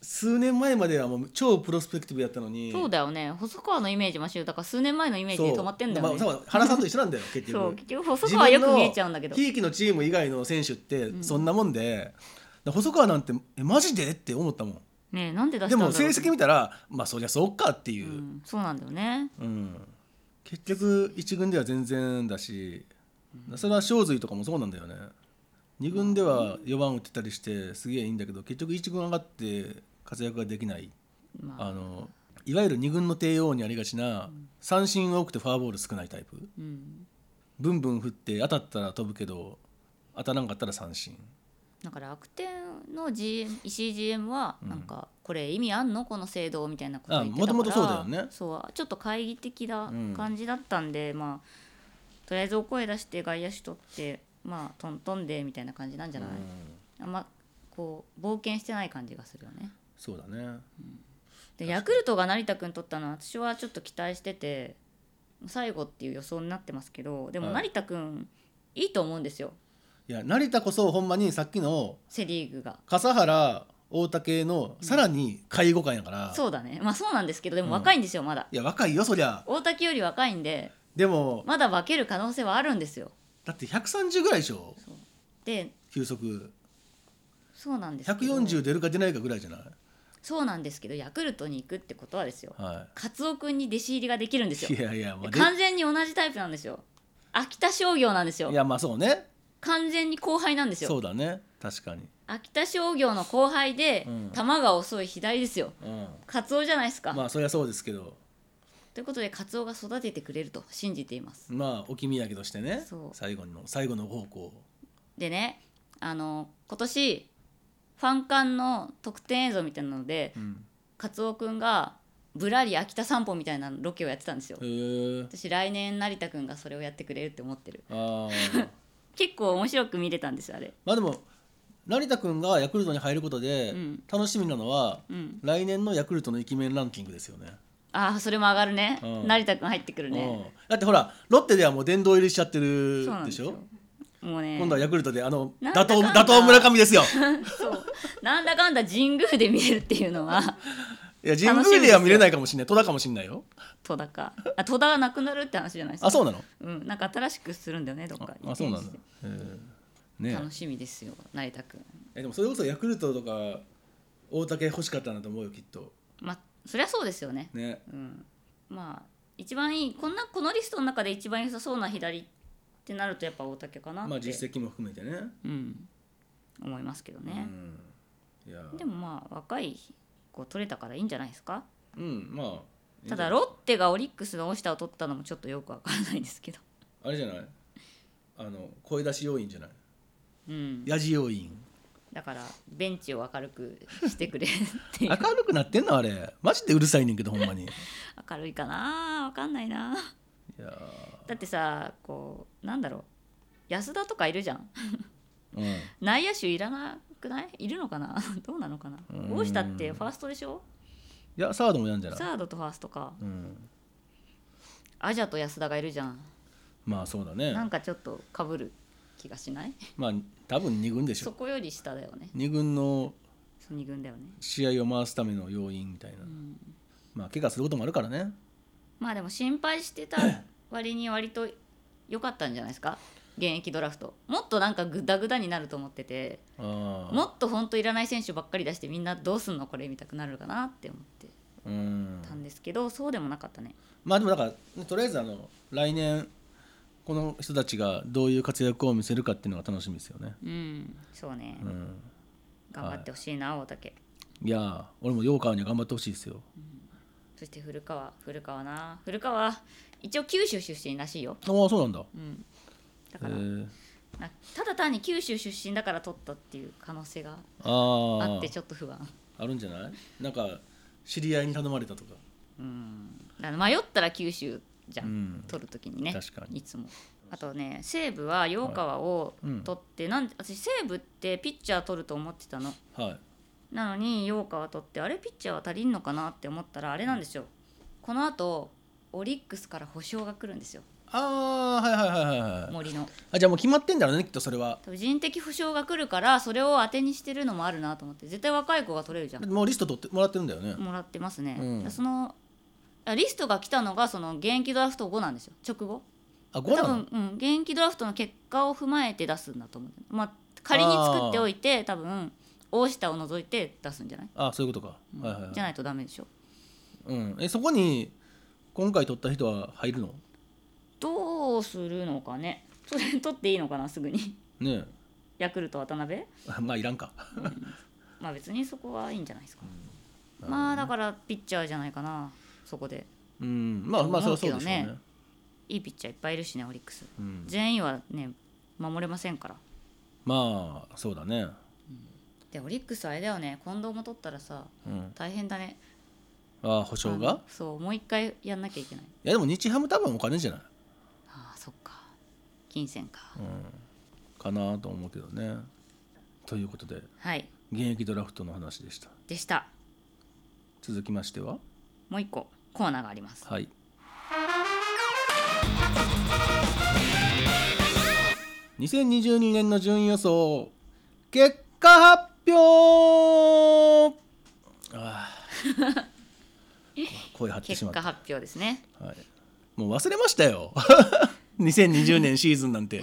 Speaker 4: 数年前まではもう超プロスペクティブやったのに
Speaker 3: そうだよね細川のイメージマシュだから数年前のイメージで止まってんだよね
Speaker 4: そうまあそう原さんと一 緒なんだよ結
Speaker 3: そう
Speaker 4: 局
Speaker 3: 結局細川はよく見えちゃうんだけど
Speaker 4: ひいきのチーム以外の選手ってそんなもんで、だから細川なんてえマジでって思ったもん
Speaker 3: ねえなんで出した
Speaker 4: で
Speaker 3: んだろ
Speaker 4: も
Speaker 3: う
Speaker 4: 成績見たらまあそりゃそうかっていうう、
Speaker 3: ん、そうなんだよね
Speaker 4: うん、結局1軍では全然だし、それは正髄とかもそうなんだよね2軍では4番打ってたりしてすげえいいんだけど結局1軍上がって活躍ができない
Speaker 3: まあ
Speaker 4: あのいわゆる2軍の帝王にありがちな三振多くてフォアボール少ないタイプ
Speaker 3: うん
Speaker 4: ブンブン振って当たったら飛ぶけど当たらんかったら三振
Speaker 3: だから楽天の GM 石井 GM はなんか、これ意味あんのこの制度みたいなこと言ってたから
Speaker 4: あ元々そうだよね
Speaker 3: そうちょっと懐疑的な
Speaker 4: うん
Speaker 3: 感じだったんで、まあとりあえずお声出して外野手取ってまあトントンでみたいな感じなんじゃない、あんまこう冒険してない感じがするよね
Speaker 4: そうだね
Speaker 3: でヤクルトが成田君取ったのは私はちょっと期待してて最後っていう予想になってますけどでも
Speaker 4: はい
Speaker 3: 成田君いいと思うんですよ
Speaker 4: いや成田こそほんまにさっきの
Speaker 3: セ・リーグが。
Speaker 4: 笠原大竹のさらに介護官やから、
Speaker 3: そうだねまあそうなんですけどでも若いんですよまだ、
Speaker 4: いや若いよそりゃ
Speaker 3: 大竹より若いんで
Speaker 4: でも
Speaker 3: まだ化ける可能性はあるんですよ
Speaker 4: だって130ぐらいでしょ
Speaker 3: で
Speaker 4: 球速
Speaker 3: そうなんですけど
Speaker 4: 140出るか出ないかぐらいじゃない、
Speaker 3: そうなんですけどヤクルトに行くってことはですよ
Speaker 4: は
Speaker 3: カツオ君に弟子入りができるんです
Speaker 4: い、
Speaker 3: よ
Speaker 4: いやいやまあで
Speaker 3: 完全に同じタイプなんですよ秋田商業なんですよ
Speaker 4: いやまあそうね
Speaker 3: 完全に後輩なんです
Speaker 4: そ
Speaker 3: よ
Speaker 4: うだね確かに、
Speaker 3: 秋田商業の後輩で、
Speaker 4: うん
Speaker 3: 球が遅い左ですよ
Speaker 4: うん、
Speaker 3: カツオじゃないですか、
Speaker 4: まあそりゃそうですけど
Speaker 3: ということでカツオが育ててくれると信じています
Speaker 4: まあお気土産としてね
Speaker 3: そう
Speaker 4: 最後の最後の方向
Speaker 3: でねあの今年ファンカンの特典映像みたいなので、
Speaker 4: うん
Speaker 3: カツオくんがぶらり秋田散歩みたいなロケをやってたんですよ
Speaker 4: へえ
Speaker 3: 私来年成田くんが それをやってくれるって思ってる
Speaker 4: ああ
Speaker 3: 結構面白く見れたんですよあれ
Speaker 4: まあでも成田君がヤクルトに入ることで
Speaker 3: うん
Speaker 4: 楽しみなのは、
Speaker 3: うん
Speaker 4: 来年のヤクルトのイケメンランキングですよね
Speaker 3: ああそれも上がるね、
Speaker 4: うん
Speaker 3: 成田君入ってくるね、
Speaker 4: うんだってほらロッテではもう殿堂入りしちゃってる
Speaker 3: そうなん
Speaker 4: で
Speaker 3: で
Speaker 4: し
Speaker 3: す
Speaker 4: ょ
Speaker 3: よもうね
Speaker 4: 今度はヤクルトであの
Speaker 3: なん
Speaker 4: 打
Speaker 3: だ
Speaker 4: 倒
Speaker 3: かんだ
Speaker 4: 打倒村上ですよ
Speaker 3: そうなんだかんだ神宮で見えるっていうのは
Speaker 4: いや神宮では見れないかもしれない戸田かもしれないよ
Speaker 3: 戸田かあ戸田がなくなるって話じゃないですか
Speaker 4: あそうなの
Speaker 3: うん、なんか新しくするんだよねどっか
Speaker 4: あそうなんだ、えーね
Speaker 3: 楽しみですよ成田君
Speaker 4: えでもそれこそヤクルトとか大竹欲しかったんだと思うよきっと
Speaker 3: まあそりゃそうですよね
Speaker 4: ね
Speaker 3: うんまあ一番いいこんなこのリストの中で一番良さそうな左ってなるとやっぱ大竹かなって、
Speaker 4: まあ実績も含めてね
Speaker 3: うん思いますけど
Speaker 4: う
Speaker 3: ね、
Speaker 4: んいや
Speaker 3: でもまあ若い子取れたからいいんじゃないですか
Speaker 4: うんまあいいんじ
Speaker 3: た
Speaker 4: ゃな
Speaker 3: だ
Speaker 4: い
Speaker 3: ロッテがオリックスの大下を取ったのもちょっとよくわからないですけど
Speaker 4: あれじゃないあの声出し要員じゃない
Speaker 3: うん
Speaker 4: ヤジ要員
Speaker 3: だからベンチを明るくしてくれってい
Speaker 4: 明
Speaker 3: う
Speaker 4: るくなってんのあれマジでうるさいねんけどほん まにい
Speaker 3: 明るいかなわかんないな
Speaker 4: や
Speaker 3: だってさこうなんだろう安田とかいるじゃん
Speaker 4: ーうん
Speaker 3: 内野手いらなくないいるのかな どうなのかな
Speaker 4: ーん
Speaker 3: 大下ってファーストでしょ
Speaker 4: いやサードもやんじゃない
Speaker 3: サードとファーストか
Speaker 4: うん
Speaker 3: アジャと安田がいるじゃん
Speaker 4: まあそうだね
Speaker 3: なんかちょっとかぶる気がしない
Speaker 4: まあ多分2軍でし
Speaker 3: そ
Speaker 4: ょ
Speaker 3: こより下だよね
Speaker 4: 2軍の
Speaker 3: その2軍だよね
Speaker 4: 試合を回すための要員みたいな、まあ怪我することもあるからね
Speaker 3: まあでも心配してた割に割と良かったんじゃないですか現役ドラフトもっとなんかグダグダになると思ってて
Speaker 4: あ
Speaker 3: もっと本当いらない選手ばっかり出してみんなどうすんのこれ見たくなるかなって思って
Speaker 4: あうん
Speaker 3: たんですけど、そうでもなかったね
Speaker 4: まあでもだからとりあえずあの来年この人たちがどういう活躍を見せるかっていうのが楽しみですよね
Speaker 3: うんそうね、
Speaker 4: うん
Speaker 3: 頑張ってほしいな大竹
Speaker 4: いやー俺も陽川には頑張ってほしいですよ
Speaker 3: そして古川古川な古川一応九州出身らしいよ
Speaker 4: ああそうなんだ、
Speaker 3: だ
Speaker 4: え
Speaker 3: から、
Speaker 4: ー
Speaker 3: なただ単に九州出身だから取ったっていう可能性が
Speaker 4: ああ
Speaker 3: あってちょっと不安
Speaker 4: あるんじゃないなんか知り合いに頼まれたとか
Speaker 3: だから迷ったら九州じゃん、
Speaker 4: うん
Speaker 3: 取る時にね
Speaker 4: 確かに
Speaker 3: いつもあとね西武は陽川を
Speaker 4: うん
Speaker 3: 取って、なん私西武ってピッチャー取ると思ってたの
Speaker 4: はい
Speaker 3: なのに陽川取ってあれピッチャーは足りんのかなって思ったらあれなんですよこのあとオリックスから保証が来るんですよ
Speaker 4: ああはいはいはいはいはい
Speaker 3: 森の
Speaker 4: あじゃあもう決まってんだろうねきっとそれは
Speaker 3: 多分人的保障が来るからそれを当てにしてるのもあるなと思って絶対若い子が取れるじゃ
Speaker 4: だっ
Speaker 3: ん
Speaker 4: てもうリスト取ってもらってるんだよね、
Speaker 3: もらってますね、
Speaker 4: うん
Speaker 3: そのあリストが来たのがその現役ドラフト後なんですよ直後
Speaker 4: あ5
Speaker 3: 多
Speaker 4: なの
Speaker 3: 分、うん、現役ドラフトの結果を踏まえて出すんだと思う、まあ、仮に作っておいて多分大下を除いて出すんじゃない、
Speaker 4: あそういうことか、はいはいはい
Speaker 3: じゃないとダメでしょ
Speaker 4: うん、えそこに今回取った人は入るの
Speaker 3: どうするのかねそれ取っていいのかなすぐに
Speaker 4: ね
Speaker 3: ヤクルト渡辺
Speaker 4: えまあいらんか
Speaker 3: まあ別にそこはいいんじゃないですか、まあだからピッチャーじゃないかなそこで
Speaker 4: うんまあまあそ
Speaker 3: 思
Speaker 4: りゃ
Speaker 3: う
Speaker 4: そ
Speaker 3: け
Speaker 4: うで
Speaker 3: ど
Speaker 4: しょう
Speaker 3: ね
Speaker 4: ね、
Speaker 3: いいピッチャーいっぱいいるしねオリックス
Speaker 4: うん、
Speaker 3: 全員はね守れませんから
Speaker 4: まあそうだね、
Speaker 3: でオリックスあれだよね近藤も取ったらさ
Speaker 4: うん、
Speaker 3: 大変だね
Speaker 4: ああ保証
Speaker 3: あ
Speaker 4: が
Speaker 3: のそうもう一回やんなきゃいけない
Speaker 4: いやでも日ハム多分お金じゃない、
Speaker 3: ああそっか金銭か、
Speaker 4: うん、かなと思うけどねということで
Speaker 3: はい
Speaker 4: 現役ドラフトの話でした
Speaker 3: でした
Speaker 4: 続きましては
Speaker 3: もう一個コーナーがあります
Speaker 4: はい2022年の順位予想結果発表あー声張ってし
Speaker 3: 結
Speaker 4: まった
Speaker 3: 果、発表ですね
Speaker 4: はい、もう忘れましたよ2020年シーズンなんて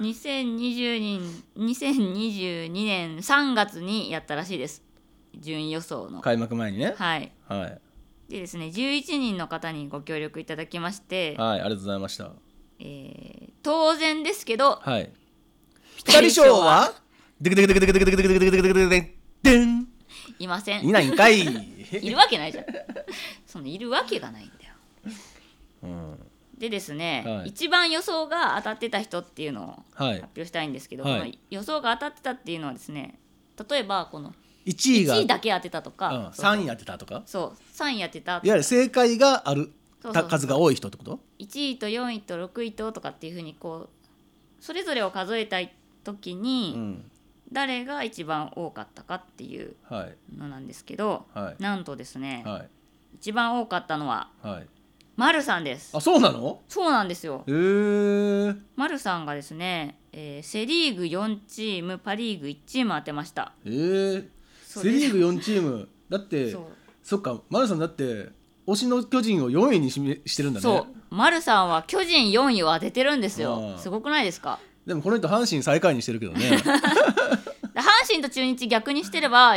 Speaker 3: 2020人2022年3月にやったらしいです順位予想の
Speaker 4: 開幕前にね
Speaker 3: はい
Speaker 4: はい、
Speaker 3: でですね11人の方にご協力いただきまして、
Speaker 4: はい、ありがとうございました
Speaker 3: えー当然ですけど
Speaker 4: はいピ
Speaker 3: タリ賞は
Speaker 4: ピタリ賞はデクデクデクデクデクデクデクデクデクデクデクデン
Speaker 3: いません
Speaker 4: いないんかい
Speaker 3: いるわけないじゃん そのいるわけがないんだよ
Speaker 4: うん
Speaker 3: でですね、
Speaker 4: はい
Speaker 3: 一番予想が当たってた人っていうのを
Speaker 4: はい
Speaker 3: 発表したいんですけど、
Speaker 4: はい
Speaker 3: この予想が当たってたっていうのはですね例えばこの
Speaker 4: 1位が
Speaker 3: 1位だけ当てたと
Speaker 4: うん、
Speaker 3: か、そう
Speaker 4: 3位当てたとか
Speaker 3: そう3位当てた
Speaker 4: いわゆる正解がある
Speaker 3: そうそう
Speaker 4: た数が多い人ってこと
Speaker 3: 1位と4位と6位ととかっていうふうにこうそれぞれを数えたい時に、
Speaker 4: ん
Speaker 3: 誰が一番多かったかっていう
Speaker 4: はい
Speaker 3: のなんですけど、
Speaker 4: はい
Speaker 3: なんとですね、
Speaker 4: はい
Speaker 3: 一番多かったのは
Speaker 4: はい
Speaker 3: まるさんです
Speaker 4: あそうなの
Speaker 3: そうなんですよ
Speaker 4: へえー、
Speaker 3: まるさんがですね、えーセ・リーグ4チームパ・リーグ1チーム当てました
Speaker 4: えー、
Speaker 3: そう
Speaker 4: セ・
Speaker 3: です
Speaker 4: リーグ4チームだって
Speaker 3: そう
Speaker 4: そっかマルさんだって推しの巨人を4位にしめしてるんだね
Speaker 3: そう丸さんは巨人4位を当ててるんですよ
Speaker 4: うん
Speaker 3: すごくないですか
Speaker 4: でもこの人阪神最下位にしてるけどね
Speaker 3: で阪神と中日逆にしてれば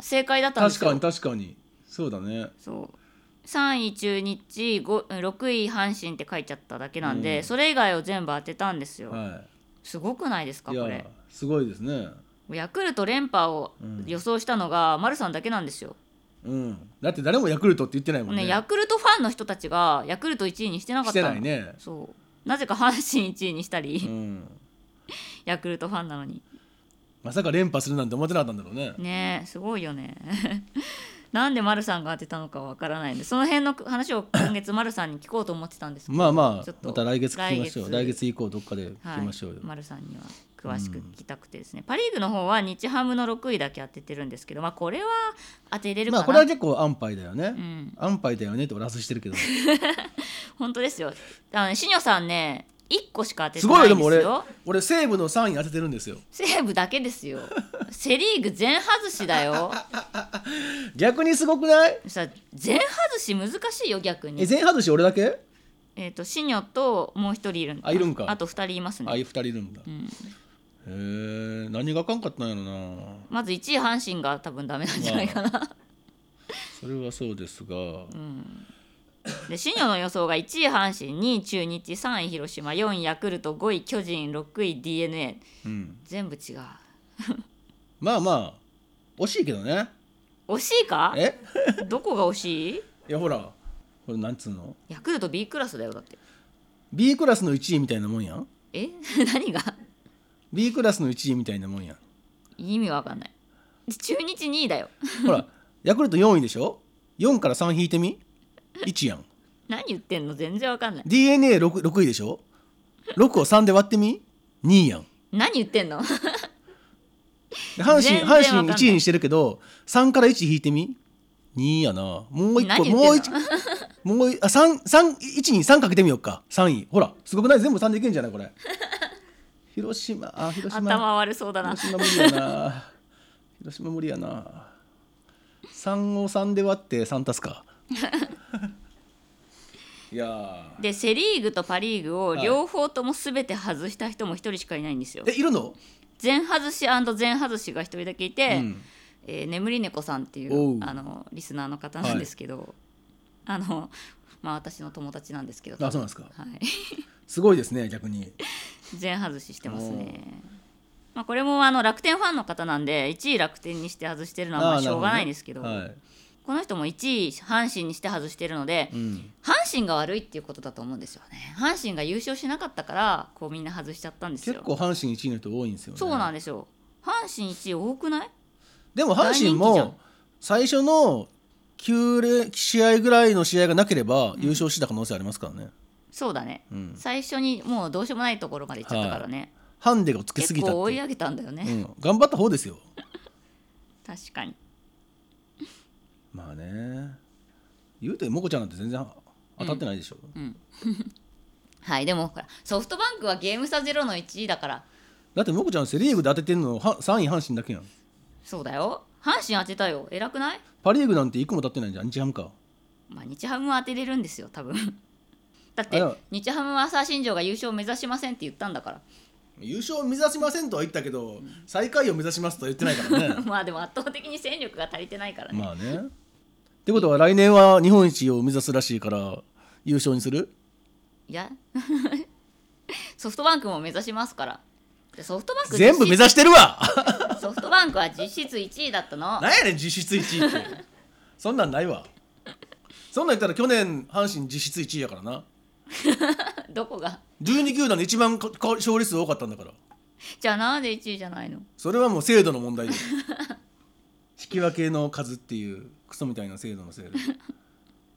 Speaker 3: 正解だったんで
Speaker 4: 確
Speaker 3: すよ
Speaker 4: かに確かにそうだね
Speaker 3: そう3位中日ご6位阪神って書いちゃっただけなんで、
Speaker 4: うん
Speaker 3: それ以外を全部当てたんですよ、
Speaker 4: は
Speaker 3: すごくないですか
Speaker 4: いい
Speaker 3: これ
Speaker 4: やすごいですね
Speaker 3: ヤクルト連覇を予想したのが丸さんだけなんですよ、
Speaker 4: うんだって誰もヤクルトって言ってないもんね
Speaker 3: ね、ヤクルトファンの人たちがヤクルト1位にしてなか
Speaker 4: し
Speaker 3: った
Speaker 4: て
Speaker 3: の
Speaker 4: ないね
Speaker 3: そうなぜか阪神1位にしたり、
Speaker 4: うん
Speaker 3: ヤクルトファンなのに
Speaker 4: まさか連覇するなんて思ってなかったんだろうね
Speaker 3: ねえすごいよね なんで丸さんが当てたのかわからないんでその辺の話を今月丸さんに聞こうと思ってたんですけど
Speaker 4: まあま
Speaker 3: ちょ
Speaker 4: あ
Speaker 3: っと
Speaker 4: また来月聞きましょう
Speaker 3: 来
Speaker 4: 来月
Speaker 3: 月
Speaker 4: 以降どっかで聞きましょうよ、
Speaker 3: はい、丸さんには詳しく聞きたくてですね、パ・リーグの方は日ハムの6位だけ当ててるんですけど、まあ、これは当てれるか
Speaker 4: ま
Speaker 3: な、
Speaker 4: あこれは結構安牌だよね、
Speaker 3: ん
Speaker 4: 安牌だよねって俺は外してるけど
Speaker 3: 本当ですよあのシニョさんね1個しか当て
Speaker 4: す
Speaker 3: て
Speaker 4: ご
Speaker 3: ないい
Speaker 4: よ
Speaker 3: ん
Speaker 4: で
Speaker 3: で
Speaker 4: も
Speaker 3: す
Speaker 4: 俺
Speaker 3: よ
Speaker 4: 俺西武の3位当ててるんですよ
Speaker 3: 西武だけです よセ・リーグ全外しだよ
Speaker 4: 逆にすごくない
Speaker 3: さ全外し難しいよ逆
Speaker 4: え
Speaker 3: に
Speaker 4: 全外し俺だけ
Speaker 3: えっ、とシニョともう1人いるんだ
Speaker 4: あいるんか
Speaker 3: あと2人います
Speaker 4: ああい
Speaker 3: ね
Speaker 4: う2人いるんだ、へえ何があかんかったんやろな
Speaker 3: まず1位阪神が多分ダメなんじゃないかな、
Speaker 4: それはそうですが、
Speaker 3: で新庄の予想が1位阪神2位中日3位広島4位ヤクルト5位巨人6位 d n a
Speaker 4: うん
Speaker 3: 全部違う
Speaker 4: まあまあ惜しいけどね
Speaker 3: 惜しいか
Speaker 4: え
Speaker 3: どこが惜しい
Speaker 4: いやほらこれなんつうの
Speaker 3: ヤクルト B クラスだよだって
Speaker 4: B クラスの1位みたいなもんやん
Speaker 3: え 何が
Speaker 4: B クラスの1位みたいなもんやん
Speaker 3: 意味わかんない中日2位だよ
Speaker 4: ほらヤクルト4位でしょ4から3引いてみ1やん
Speaker 3: 何言ってんの全然わかんない
Speaker 4: d n a 六六位でしょ6を3で割ってみ2位やん
Speaker 3: 何言ってんの
Speaker 4: で阪神
Speaker 3: 全然わ
Speaker 4: 阪
Speaker 3: かん
Speaker 4: 神
Speaker 3: ない
Speaker 4: 1位にしてるけど3から1引いてみ2やなもう1個
Speaker 3: 何言ってんの
Speaker 4: もう1もういあ三三1に3かけてみようか3位ほらすごくない全部3でいけんじ ゃないこれ広島あ広島
Speaker 3: 頭悪そうだな
Speaker 4: 広島無理やな広島無理やな3を3で割って3足 すかいやー
Speaker 3: でセ・リーグとパ・リーグを両方とも全て外した人も1人しかいないんですよ
Speaker 4: えいるの、
Speaker 3: 全外し全外しが1人だけいて、
Speaker 4: うん
Speaker 3: えー眠り猫さんってい
Speaker 4: おう
Speaker 3: うあのリスナーの方なんですけど、あのまあ私の友達なんですけど、
Speaker 4: あそうなんですか
Speaker 3: はい、
Speaker 4: すごいですね逆に
Speaker 3: 全外ししてますね。まあこれもあの楽天ファンの方なんで1位楽天にして外してるのはま
Speaker 4: あ
Speaker 3: あ
Speaker 4: ー
Speaker 3: し
Speaker 4: なる
Speaker 3: ょ
Speaker 4: ほ
Speaker 3: う
Speaker 4: どね
Speaker 3: がないですけど
Speaker 4: はい
Speaker 3: この人も1位阪神にして外してるので、
Speaker 4: うん、
Speaker 3: 阪神が悪いっていうことだと思うんですよね阪神が優勝しなかったからこうみんな外しちゃったんですよ
Speaker 4: 結構阪神1位の人多いんですよね
Speaker 3: そうなんですよ阪神1位多くない
Speaker 4: でも阪神
Speaker 3: 大人気じゃん
Speaker 4: も最初の9連試合ぐらいの試合がなければ優勝してた可能性ありますからね、
Speaker 3: そうだね、
Speaker 4: うん
Speaker 3: 最初にもうどうしようもないところまで行っちゃったからね、
Speaker 4: ハンデがつけす
Speaker 3: 結
Speaker 4: ぎたって
Speaker 3: 構追い上げたんだよね、
Speaker 4: うん、頑張った方ですよ
Speaker 3: 確かに
Speaker 4: まあね言うてもこちゃんなんて全然当たってないでしょ、
Speaker 3: はいでもほらソフトバンクはゲーム差ゼロの1位だから
Speaker 4: だってもこちゃんセ・リーグで当ててんのは3位阪神だけやん
Speaker 3: そうだよ阪神当てたよ偉くない
Speaker 4: パ・リーグなんて1個も当たってないじゃん日ハムか
Speaker 3: まあ日ハムは当てれるんですよ多分 だっ
Speaker 4: あ
Speaker 3: て
Speaker 4: でも
Speaker 3: 日ハムは朝新庄が優勝を目指しませんって言ったんだから
Speaker 4: 優勝を目指しませんとは言ったけど最下位を目指しますとは言ってないから ね
Speaker 3: まあでも圧倒的に戦力が足りてないからね、
Speaker 4: まあねってことは来年は日本一を目指すらしいから優勝にする
Speaker 3: いや ソフトバンクも目指しますからでソフトバンク
Speaker 4: 全部目指してるわ
Speaker 3: 実質ソフトバンクは実質1位だったの
Speaker 4: なんやねん実質1位ってそんなんないわそんなん言ったら去年阪神実質1位やからな
Speaker 3: どこが
Speaker 4: 12球団で一番かか勝率多かったんだから
Speaker 3: じゃあなんで1位じゃないの
Speaker 4: それはもう制度の問題で 引き分けの数っていうクソみたいな制度のせいで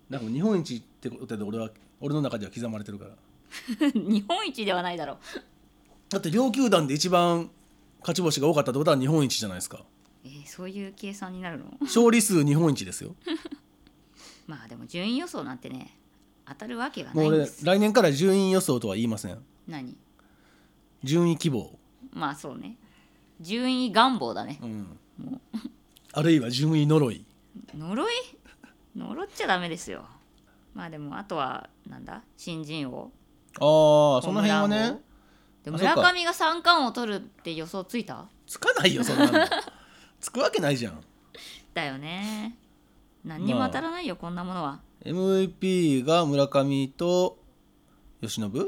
Speaker 4: なんかもう日本一ってことで俺は俺の中では刻まれてるから
Speaker 3: 日本一ではないだろう
Speaker 4: だって両球団で一番勝ち星が多かったってことは日本一じゃないですか
Speaker 3: えーそういう計算になるの
Speaker 4: 勝利数日本一ですよ
Speaker 3: まあでも順位予想なんてね当たるわけがな
Speaker 4: も
Speaker 3: い
Speaker 4: うん
Speaker 3: で
Speaker 4: 俺
Speaker 3: す
Speaker 4: 来年から順位予想とは言いません
Speaker 3: 何
Speaker 4: 順位希望、
Speaker 3: まあそうね順位願望だね
Speaker 4: うん、あるいは順位呪い
Speaker 3: 呪い呪っちゃダメですよまあでもあとはなんだ新人王
Speaker 4: ああ
Speaker 3: ホー
Speaker 4: その
Speaker 3: ム
Speaker 4: 辺
Speaker 3: ラン
Speaker 4: は
Speaker 3: 王
Speaker 4: ね
Speaker 3: で
Speaker 4: あそっか
Speaker 3: 村上が三冠を取るって予想ついた
Speaker 4: つかないよそんなのつくわけないじゃん
Speaker 3: だよね何にも当たらないよ、こんなものは
Speaker 4: MVP が村上と吉信
Speaker 3: で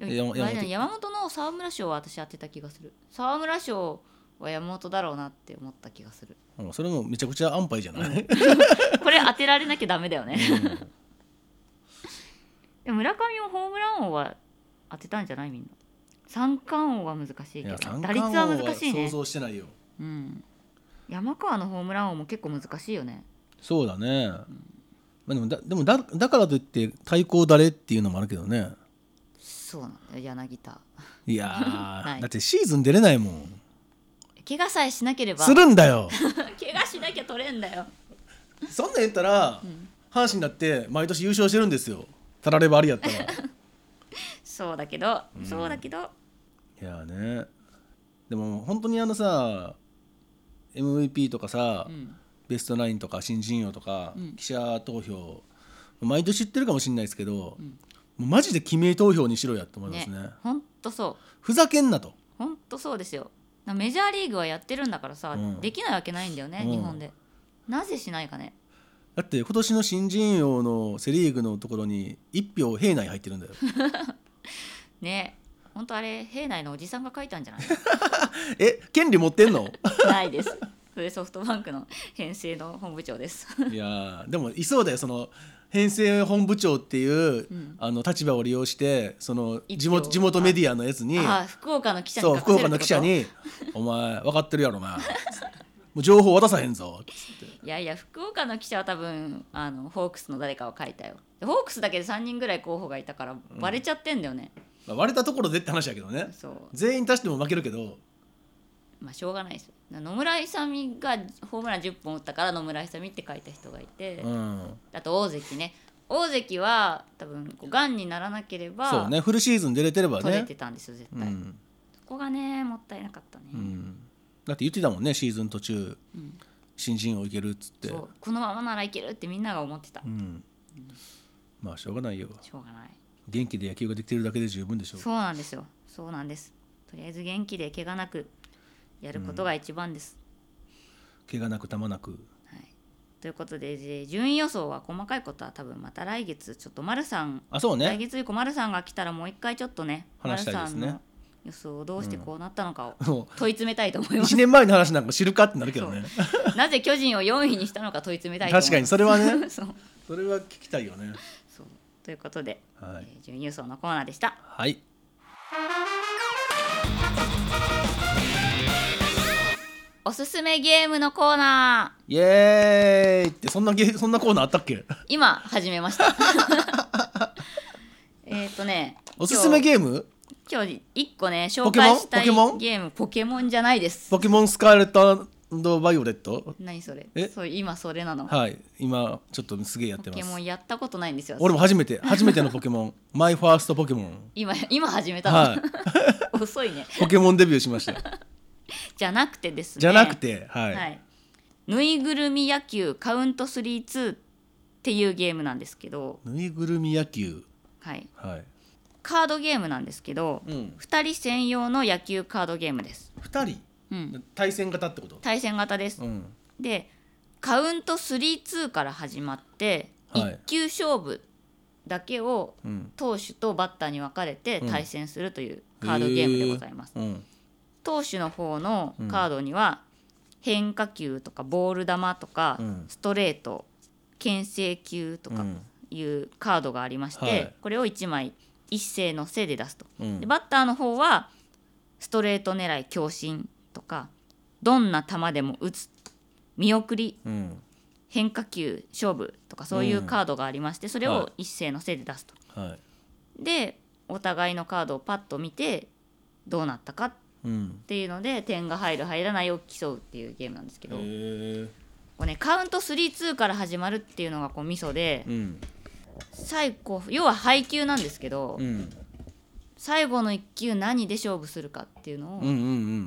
Speaker 4: え山
Speaker 3: もあれだね
Speaker 4: 山
Speaker 3: 山
Speaker 4: 本
Speaker 3: 本の沢村賞は私当てた気がする沢村賞は山本だろうなって思った気がする
Speaker 4: うんそれもめちゃくちゃ安牌じゃない
Speaker 3: これ当てられなきゃダメだよね でも村上もホームラン王は当てたんじゃないみんな三冠王は難しいけ
Speaker 4: い
Speaker 3: ど
Speaker 4: や三
Speaker 3: 打率
Speaker 4: 冠
Speaker 3: は
Speaker 4: 王は
Speaker 3: 難しい
Speaker 4: 想
Speaker 3: ね
Speaker 4: 像してないよ
Speaker 3: うん、山川のホームラン王も結構難しいよね
Speaker 4: そうだね、まあ、でもだでもだだからといって対抗誰っていうのもあるけどね
Speaker 3: そうなんだよ柳田
Speaker 4: いやー
Speaker 3: ない
Speaker 4: だってシーズン出れないもん
Speaker 3: 怪我さえしなければ
Speaker 4: するんだよ
Speaker 3: 怪我しなきゃ取れんだよ
Speaker 4: そんなん言ったら、阪神だって毎年優勝してるんですよたらればありやった らい
Speaker 3: そうだけど、そうだけど
Speaker 4: やーねでも本当にあのさ MVP とかさ、
Speaker 3: ん
Speaker 4: ベストナインとか新人王とか、記者投票毎年言ってるかもしれないですけど、もうマジで記名投票にしろやと思いま
Speaker 3: ね
Speaker 4: すね
Speaker 3: ほんとそう
Speaker 4: ふざけんなと
Speaker 3: ほんとそうですよなメジャーリーグはやってるんだからさ、
Speaker 4: うん
Speaker 3: できないわけないんだよね、
Speaker 4: うん
Speaker 3: 日本でなぜしないかね
Speaker 4: だって今年の新人王のセ・リーグのところに1票平内入っ てるんだよ
Speaker 3: ねほんとあれ兵内のおじさんが書いたんじ ゃない
Speaker 4: え権利持ってんの
Speaker 3: ないですそれソフトバンクの編成の本部長です
Speaker 4: いやーでもいそうだよその編成本部長っていう、あの立場を利用してその
Speaker 3: 一票
Speaker 4: 地元地元メディアのやつに
Speaker 3: あ福岡の記者に
Speaker 4: そう
Speaker 3: 書かせ
Speaker 4: 福
Speaker 3: る
Speaker 4: 岡の記者
Speaker 3: って
Speaker 4: に「お前分かってるやろな」つってもう情報渡さへんぞ」つって
Speaker 3: こといやいや福岡の記者は多分あのホークスの誰かを書いたよでホークスだけで3人ぐらい候補がいたからバレちゃってんだよね、
Speaker 4: まあ、割れたところでって話やけどね
Speaker 3: そう
Speaker 4: 全員足しても負けるけど
Speaker 3: まあしょうがないですよ野村勇がホームラン10本打ったから野村勇って書いた人がいて、
Speaker 4: うん
Speaker 3: あと大関ね大関は多分こうがんにならなければ
Speaker 4: そうねフルシーズン出れてれば
Speaker 3: 取れ
Speaker 4: ね
Speaker 3: てたんですよ絶
Speaker 4: う
Speaker 3: 対、
Speaker 4: ん
Speaker 3: そこがねもったいなかったね、
Speaker 4: うんだって言ってたもんねシーズン途中、新人王いけるっつって
Speaker 3: そうこのままならいけるってみんなが思ってた、
Speaker 4: うん、まあしょうがないよ
Speaker 3: しょうがない
Speaker 4: 元気で野球ができてるだけで十分でしょう
Speaker 3: そうなんですよそうなんですとりあえず元気で怪我なくやることが一番です、
Speaker 4: 怪我なくまなく
Speaker 3: はい、ということでで順位予想は細かいことは多分また来月ちょっと丸さん
Speaker 4: あそう
Speaker 3: 来
Speaker 4: ね
Speaker 3: 月以降丸さんが来たらもう一回ちょっとね
Speaker 4: 話したいで
Speaker 3: 丸
Speaker 4: すね
Speaker 3: さんの予想をどうしてこうなったのかを
Speaker 4: も
Speaker 3: 問い詰めたいと思いうま
Speaker 4: 1
Speaker 3: す、
Speaker 4: 年前の話なんか知るかってなるけどね
Speaker 3: なぜ巨人を4位にしたのか問い詰めたいと思います
Speaker 4: 確かに それはね
Speaker 3: そう
Speaker 4: それは聞きたいよね
Speaker 3: そうということで、
Speaker 4: は
Speaker 3: え
Speaker 4: い、
Speaker 3: ー準優勝のコーナーでした
Speaker 4: はい、
Speaker 3: おすすめゲームのコーナー
Speaker 4: イエーイってそんなゲそんなコーナーあったっけ
Speaker 3: 今始めました えっとね
Speaker 4: おすすめ
Speaker 3: ーム
Speaker 4: ゲーム
Speaker 3: 今日1個ね紹
Speaker 4: ポケモン
Speaker 3: 介したい
Speaker 4: ポケモン
Speaker 3: ゲームポケモンじゃないです
Speaker 4: ポケモンスカーレットバイオレット
Speaker 3: 何それ
Speaker 4: え
Speaker 3: そう今それなの
Speaker 4: はい今ちょっとすげえやって
Speaker 3: ポ
Speaker 4: ま
Speaker 3: ケ
Speaker 4: す
Speaker 3: モンやったことないんですよ
Speaker 4: 俺も初めて初めてのポケモンマイファーストポケモン
Speaker 3: 今今始めたの、
Speaker 4: はい
Speaker 3: 遅いね
Speaker 4: ポケモンデビューしました
Speaker 3: じゃなくてですね
Speaker 4: じゃなくてはい、
Speaker 3: はい、ぬいぐるみ野球カウント32っていうゲームなんですけど、
Speaker 4: ぬいぐるみ野球
Speaker 3: はい、
Speaker 4: はい、
Speaker 3: カードゲームなんですけど、
Speaker 4: うん、
Speaker 3: 2人専用の野球カードゲームです、
Speaker 4: 2人
Speaker 3: うん、
Speaker 4: 対戦型ってこと
Speaker 3: 対戦型です、
Speaker 4: うん
Speaker 3: でカウント32から始まって、
Speaker 4: はい
Speaker 3: 1球勝負だけを
Speaker 4: うん
Speaker 3: 投手とバッターに分かれて
Speaker 4: うん
Speaker 3: 対戦するというカードゲームでございます、
Speaker 4: うん
Speaker 3: 投手の方のカードには変化球とかボール球とか
Speaker 4: うん
Speaker 3: ストレート牽制球と
Speaker 4: う
Speaker 3: か
Speaker 4: ん
Speaker 3: いうカードがありまして、
Speaker 4: はい
Speaker 3: これを1枚一斉のせいで出すと、
Speaker 4: うん
Speaker 3: でバッターの方はストレート狙い強振とかどんな球でも打つ見送り
Speaker 4: うん
Speaker 3: 変化球勝負とかそういうカードがありましてそれ
Speaker 4: は
Speaker 3: を一斉のせいで出すと。
Speaker 4: はい
Speaker 3: でお互いのカードをパッと見てどうなったかっ
Speaker 4: うん
Speaker 3: っていうので点が入る入らないを競うっていうゲームなんですけ
Speaker 4: へ
Speaker 3: ど、こ
Speaker 4: え
Speaker 3: うね、カウント32から始まるっていうのがこうミソで、
Speaker 4: うん
Speaker 3: 最後要は配球なんですけど、
Speaker 4: うん
Speaker 3: 最後の1球何で勝負するかっていうのを、
Speaker 4: うんうんう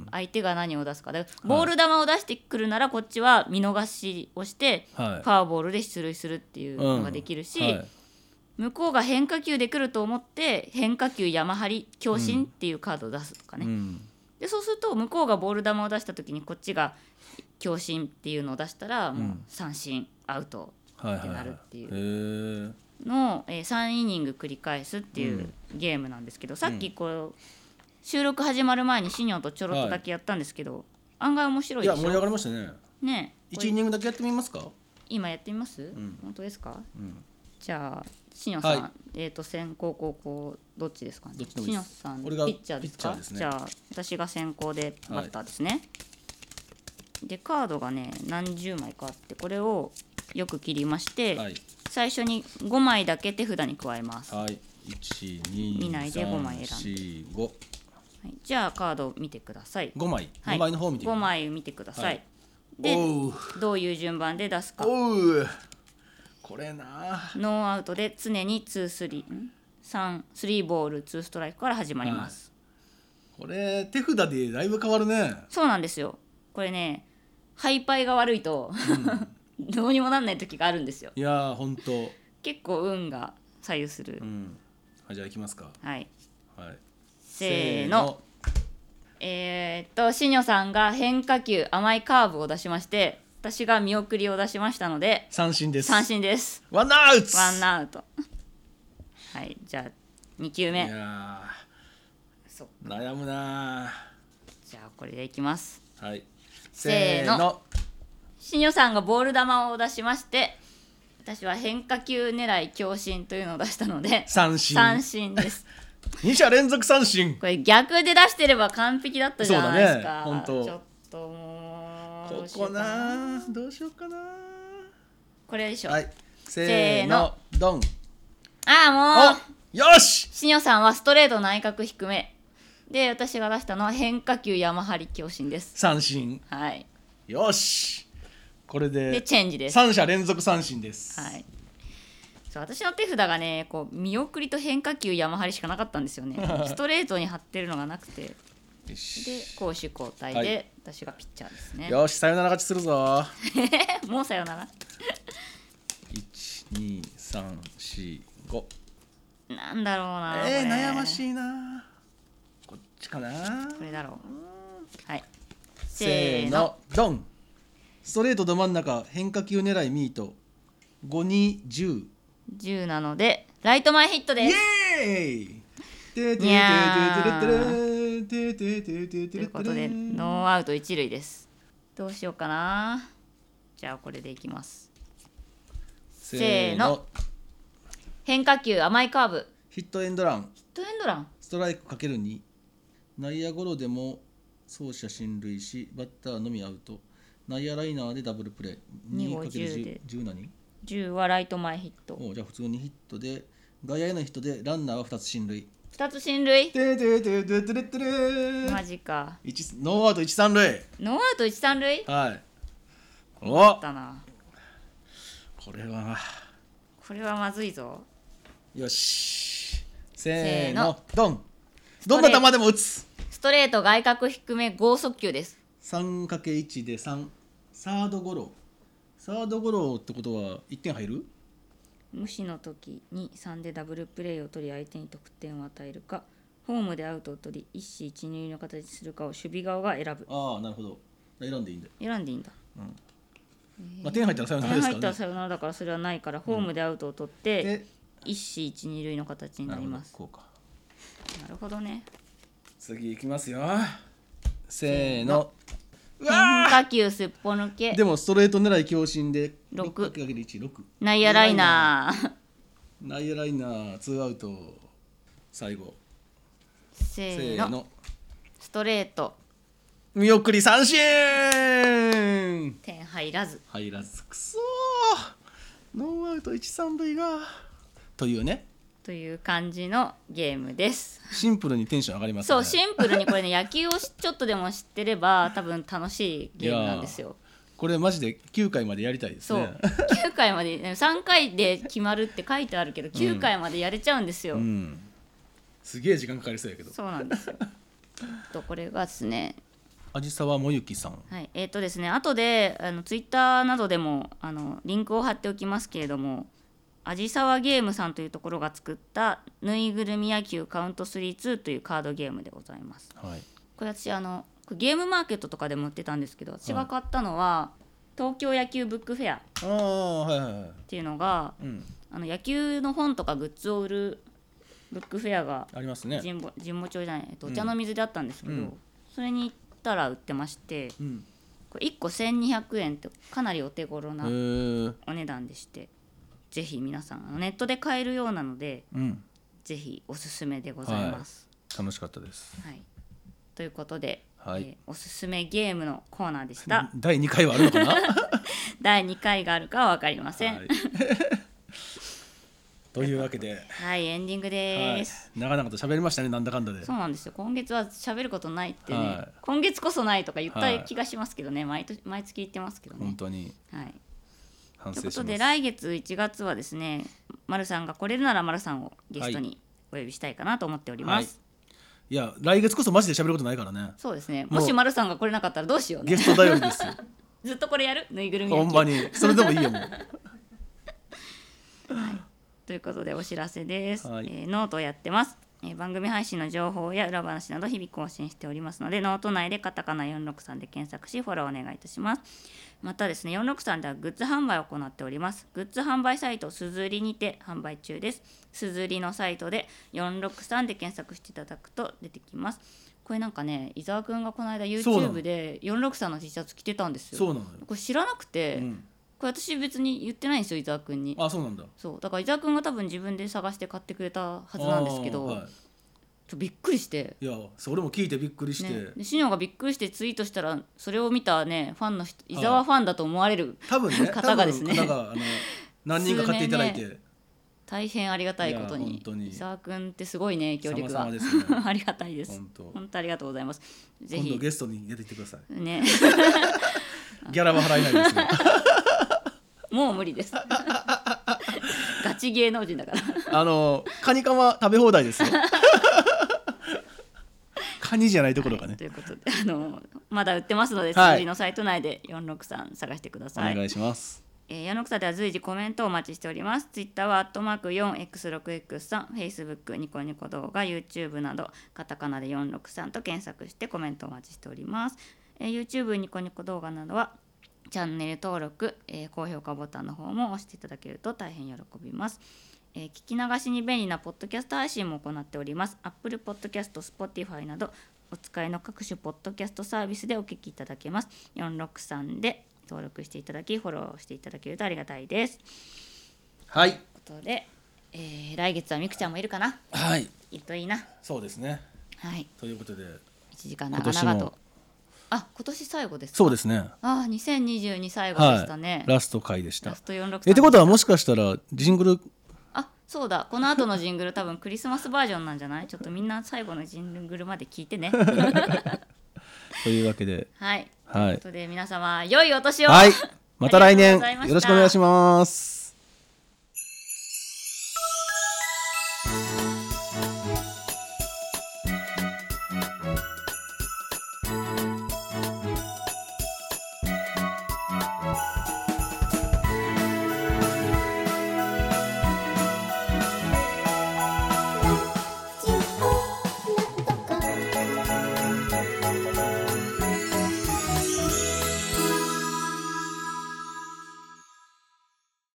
Speaker 4: ん
Speaker 3: 相手が何を出すかだからボール球を出してくるならこっちは見逃しをしてフ
Speaker 4: はい
Speaker 3: ォアボールで出塁するっていうのができるし、
Speaker 4: はい
Speaker 3: 向こうが変化球で来ると思って変化球山張り強振っていうカードを出すとかね、
Speaker 4: うん
Speaker 3: でそうすると向こうがボール球を出した時にこっちが強振っていうのを出したらもう三振アウト
Speaker 4: はい
Speaker 3: って
Speaker 4: は
Speaker 3: ないるっていう
Speaker 4: へえ
Speaker 3: のを、えー3イニング繰り返すっていううゲームなんですけど、さっきこう、収録始まる前にシニョンとちょろっとだけやったんですけど、案外面白い
Speaker 4: い
Speaker 3: で
Speaker 4: や
Speaker 3: し
Speaker 4: 盛り上
Speaker 3: ょ
Speaker 4: がりましたね
Speaker 3: ねこ
Speaker 4: 1
Speaker 3: れ
Speaker 4: イニングだけやってみますか
Speaker 3: 今やってみます、
Speaker 4: ん
Speaker 3: 本当ですか
Speaker 4: うん
Speaker 3: じゃあシニョンさん、
Speaker 4: はい
Speaker 3: えっ、と先攻後攻どっちですかね
Speaker 4: どっちでも
Speaker 3: シ
Speaker 4: いい
Speaker 3: ニョン
Speaker 4: です
Speaker 3: さんピ
Speaker 4: 俺が
Speaker 3: ッチャーですか
Speaker 4: ピッチャーですね
Speaker 3: じゃあ私が先攻でバッターですね、でカードがね何十枚かあってこれをよく切りまして、
Speaker 4: はい
Speaker 3: 最初に5枚だけ手札に加えます
Speaker 4: はい1 2
Speaker 3: 見ないで五枚選
Speaker 4: 選んで
Speaker 3: はい、じゃあカードを見てください。
Speaker 4: 5枚
Speaker 3: はい、
Speaker 4: 5枚の方見てみ
Speaker 3: 5
Speaker 4: る
Speaker 3: 枚見てください。
Speaker 4: はい
Speaker 3: で
Speaker 4: おう
Speaker 3: どういう順番で出すか。
Speaker 4: おうこれな
Speaker 3: ノーアウトで常にツースリーん三スリーボールツーストライクから始まります。
Speaker 4: これ手札でだいぶ変わるね
Speaker 3: そうなんですよ。これねハイパイが悪いと、 どうにもなんない時があるんですよ。
Speaker 4: いやーほんと
Speaker 3: 結構運が左右する。
Speaker 4: うんはいじゃあいきますか
Speaker 3: はい。
Speaker 4: はい
Speaker 3: せーの。えーっとしにょさんが変化球甘いカーブを出しまして私が見送りを出しましたので
Speaker 4: 三振です
Speaker 3: 三振です。
Speaker 4: ワンアウト
Speaker 3: ワンアウト。はい、じゃあ2球
Speaker 4: い
Speaker 3: 目。
Speaker 4: や
Speaker 3: そう
Speaker 4: ー悩むな
Speaker 3: じゃあこれでいきます。
Speaker 4: ーはい
Speaker 3: せーの新庄さんがボール球を出しまして、私は変化球狙い強振というのを出したので、
Speaker 4: 三振
Speaker 3: 三振です。
Speaker 4: 二者連続三振
Speaker 3: これ逆で出してれば完璧だったじゃないですか。
Speaker 4: そうだね本当
Speaker 3: ちょっともうど
Speaker 4: こ
Speaker 3: うしよ
Speaker 4: こ
Speaker 3: うかな。
Speaker 4: なーどうしようかな
Speaker 3: これでしょ。
Speaker 4: ーはいせーのドン
Speaker 3: ああ
Speaker 4: あ
Speaker 3: もう
Speaker 4: よし
Speaker 3: 新庄さんはストレート内角低め。で私が出したのは変化球山張り強振です。
Speaker 4: 三振
Speaker 3: はい。
Speaker 4: よしこれ
Speaker 3: で
Speaker 4: で
Speaker 3: チェンジです。
Speaker 4: 三者連続三振です
Speaker 3: はい。そう私の手札がねこう見送りと変化球山張りしかなかったんです よねストレートに張ってるのがなくて
Speaker 4: よし
Speaker 3: で攻守交代で、
Speaker 4: はい
Speaker 3: 私がピッチャーですね
Speaker 4: よしさよなら勝ちするぞ
Speaker 3: もうさよなら
Speaker 4: 一二三四五
Speaker 3: なんだろうな
Speaker 4: えー、
Speaker 3: これ
Speaker 4: 悩ましいなこっちかな
Speaker 3: これだろうはいせ
Speaker 4: せ
Speaker 3: ー
Speaker 4: ー
Speaker 3: の
Speaker 4: のドンストレートど真ん中変化球狙いミート5210
Speaker 3: 10なのでライト前ヒット
Speaker 4: イ
Speaker 3: です
Speaker 4: エーイててててて
Speaker 3: にゃ
Speaker 4: ててててててて
Speaker 3: と
Speaker 4: て
Speaker 3: いうことでノーアウト一塁ですどうしようかなじゃあこれでいきます
Speaker 4: せ
Speaker 3: ーの変化球甘いカーブ
Speaker 4: ヒットエンドラン
Speaker 3: ヒットエンドラン
Speaker 4: ストライクかける2内野ゴロでも走者進塁しバッターのみアウト内野ライナーでダブルプレー
Speaker 3: 二
Speaker 4: 2かける
Speaker 3: 五十
Speaker 4: 10,
Speaker 3: で
Speaker 4: 10何
Speaker 3: 10はライト前ヒット
Speaker 4: おうじゃあ普通にヒットで外野へのヒットでランナーは2つ進塁
Speaker 3: 2つ進塁
Speaker 4: ててててててて
Speaker 3: マジか
Speaker 4: 一ノーアウト一三塁
Speaker 3: ノーアウト一三塁だ
Speaker 4: はいお
Speaker 3: ったな
Speaker 4: これは
Speaker 3: これはまずいぞ
Speaker 4: よし
Speaker 3: せー
Speaker 4: せー
Speaker 3: の
Speaker 4: のドン
Speaker 3: ト
Speaker 4: ど
Speaker 3: レ
Speaker 4: んな球でも打つ
Speaker 3: ストレート外角低め剛速球です
Speaker 4: 三かけ一で三サードゴロサードゴロってことは一点入る
Speaker 3: 無視の時に3でダブルプレーを取り相手に得点を与えるかホームでアウトを取り一死一入の形にするかを守備側が選ぶ
Speaker 4: ああなるほど選んでいいんだよ、
Speaker 3: 選んでいいんだ
Speaker 4: まあ、点入ったらサヨナラ
Speaker 3: 点
Speaker 4: です
Speaker 3: 入っ
Speaker 4: か
Speaker 3: た
Speaker 4: ら
Speaker 3: ら
Speaker 4: ね
Speaker 3: さよならだからそれはないからホームでアウトを取って
Speaker 4: で
Speaker 3: 一死一二塁の形に
Speaker 4: な
Speaker 3: な
Speaker 4: る
Speaker 3: り
Speaker 4: ほど
Speaker 3: ます
Speaker 4: こうか
Speaker 3: なるほどね
Speaker 4: 次いきますよせーのうわ
Speaker 3: 変化球すっぽ抜け
Speaker 4: ーでもストレート狙い強振で
Speaker 3: 六
Speaker 4: 六かける一六
Speaker 3: 内野ライナー
Speaker 4: 内野ライナーツーアウト最後
Speaker 3: せ
Speaker 4: せ
Speaker 3: ー
Speaker 4: ー
Speaker 3: の
Speaker 4: の
Speaker 3: ストレート
Speaker 4: 見送り三振
Speaker 3: 点入らず
Speaker 4: 入らずくそーノーアウト一三塁がというね
Speaker 3: という感じのゲームです。
Speaker 4: シンプルにテンション上がりますね
Speaker 3: そうシンプルにこれね 野球をしちょっとでも知ってれば多分楽しいゲームなんですよ。
Speaker 4: これマジで9回までやりたいです
Speaker 3: そう、
Speaker 4: ね
Speaker 3: 9回まで、ね、3回で決まるって書いてあるけど9回までやれちゃうんですよ。
Speaker 4: うんすげえ時間かかりそうやけど
Speaker 3: そうなんですよ。とこれがですね
Speaker 4: 味沢もゆきさん
Speaker 3: はい、えっ、とですね、後であのツイッターなどでもあのリンクを貼っておきますけれども、あじさわゲームさんというところが作ったぬいぐるみ野球カウント32というカードゲームでございます。
Speaker 4: はい
Speaker 3: これ私あのこれゲームマーケットとかでも売ってたんですけど、私
Speaker 4: は
Speaker 3: が
Speaker 4: い
Speaker 3: 買ったのは東京野球ブックフェアっ
Speaker 4: ああはいはいはい
Speaker 3: ていうのが
Speaker 4: うん
Speaker 3: あの野球の本とかグッズを売るブックフェアが
Speaker 4: ありますね
Speaker 3: 神保神保町じゃない、えっと、お茶の水であったんですけど、
Speaker 4: うん
Speaker 3: それに行ったら売ってまして。
Speaker 4: うん
Speaker 3: これ1個1200円ってかなりお手頃
Speaker 4: へ
Speaker 3: な
Speaker 4: え
Speaker 3: お値段でしてぜひ皆さんあのネットで買えるようなので
Speaker 4: うん
Speaker 3: ぜひおすすめでございます。
Speaker 4: 楽しかったです
Speaker 3: はいということで、
Speaker 4: はい
Speaker 3: えーおすすめゲームのコーナーで した。
Speaker 4: 第2回はあるのか なは
Speaker 3: 第2回があるかは分かりません。はい
Speaker 4: い、 というわけで、
Speaker 3: エンディング
Speaker 4: は
Speaker 3: で
Speaker 4: い
Speaker 3: す。、
Speaker 4: 長々と喋りましたねなんだかんだで
Speaker 3: そうなんですよ今月は喋ることないってね、
Speaker 4: はい
Speaker 3: 今月こそないとか言っ
Speaker 4: は
Speaker 3: た
Speaker 4: い
Speaker 3: 気がしますけどね、毎年毎月言ってますけど
Speaker 4: 本
Speaker 3: ね。
Speaker 4: 当に
Speaker 3: はい、
Speaker 4: 反
Speaker 3: という
Speaker 4: 省
Speaker 3: こ
Speaker 4: し
Speaker 3: と
Speaker 4: ま
Speaker 3: です来月1月はですね、ま、るさんが来れるならまるさんをゲストにお呼びしたいかなと思っております。
Speaker 4: いや来月こそマジで喋ることないからね
Speaker 3: そうですね
Speaker 4: もう
Speaker 3: もしまるさんが来れなかったらどうしよう
Speaker 4: ゲ
Speaker 3: ね。
Speaker 4: スト頼りで すよ
Speaker 3: ずっとこれやるぬいぐるみ
Speaker 4: ほ
Speaker 3: 焼
Speaker 4: ん
Speaker 3: き
Speaker 4: まにそれでもいいよもう
Speaker 3: ということでお知らせです、
Speaker 4: はい
Speaker 3: えーノートをやってます、えー番組配信の情報や裏話など日々更新しておりますのでノート内でカタカナ463で検索しフォローお願いいたしますまたですね463ではグッズ販売を行っておりますグッズ販売サイトすずりにて販売中ですすずりのサイトで463で検索していただくと出てきますこれなんかね伊沢くんがこの間
Speaker 4: そうなの
Speaker 3: YouTube で463の T シャツ着てたんですよ
Speaker 4: そうなのよ、
Speaker 3: これ知らなくて、
Speaker 4: うん、
Speaker 3: これ私別に言ってないんですよ伊沢くんに
Speaker 4: あそうなんだは
Speaker 3: そうだから伊沢くんが多分自分で探して買ってくれたはずなんですけど、ちょ
Speaker 4: は
Speaker 3: っとびっくりして。
Speaker 4: い、いやそれも聞いてびっくりして、
Speaker 3: ね、でシニョがびっくりしてツイートしたらそれを見たねファンの人伊沢ファンだと思われる
Speaker 4: 多分ね
Speaker 3: 方がですね
Speaker 4: 多分方があの何人か買っていただいて、
Speaker 3: 大変ありがたいこと
Speaker 4: いや
Speaker 3: に
Speaker 4: 本当に
Speaker 3: 伊沢くんってすごいね影響力が
Speaker 4: 様々です ね
Speaker 3: ありがたいです
Speaker 4: 本当
Speaker 3: 本当ありがとうございますぜ
Speaker 4: 今度
Speaker 3: ひ
Speaker 4: ゲストに出てきてください
Speaker 3: ね
Speaker 4: ギャラは払えないですよ
Speaker 3: もう無理です ガチ芸能人だから
Speaker 4: あのカニカマ食べ放 題ですよカニじゃないところがね
Speaker 3: と、いうことであのまだ売ってますので、
Speaker 4: はい
Speaker 3: 数字のサイト内で463探してください
Speaker 4: お願いします
Speaker 3: えー、矢野草では随時コメントをお待ちしております。ツイッターは、アットマーク 4x6x3、Facebook、ニコニコ動画、YouTube など、カタカナで463と検索してコメントをお待ちしております。えー YouTube、ニコニコ動画などは、チャンネル登録、えー高評価ボタンの方も押していただけると大変喜びます。えー聞き流しに便利なポッドキャスト配信も行っております。Apple Podcast、Spotify などお使いの各種ポッドキャストサービスでお聞きいただけます。463で登録していただき、フォローしていただけるとありがたいです。
Speaker 4: はい
Speaker 3: ということで、えー来月はみくちゃんもいるかな
Speaker 4: はい
Speaker 3: いるといいな。
Speaker 4: そうですね
Speaker 3: はい、
Speaker 4: ということで
Speaker 3: 1時間
Speaker 4: 今
Speaker 3: 長
Speaker 4: 年
Speaker 3: 々と
Speaker 4: も。
Speaker 3: あ、今年最後ですか。
Speaker 4: そうですね
Speaker 3: ああ、2022最後でした
Speaker 4: は
Speaker 3: ね。
Speaker 4: いラスト回でし
Speaker 3: ラ
Speaker 4: た
Speaker 3: スト46
Speaker 4: えってことはもしかしたらジングル
Speaker 3: あそうだこの後のジングル多分クリスマスバージョンなんじゃない ちょっとみんな最後のジングルまで聞いてね
Speaker 4: というわけで
Speaker 3: はい
Speaker 4: は
Speaker 3: という
Speaker 4: い
Speaker 3: ことで皆様良いお年を
Speaker 4: はいまた来年
Speaker 3: ありがとうございました
Speaker 4: よろしくお願いします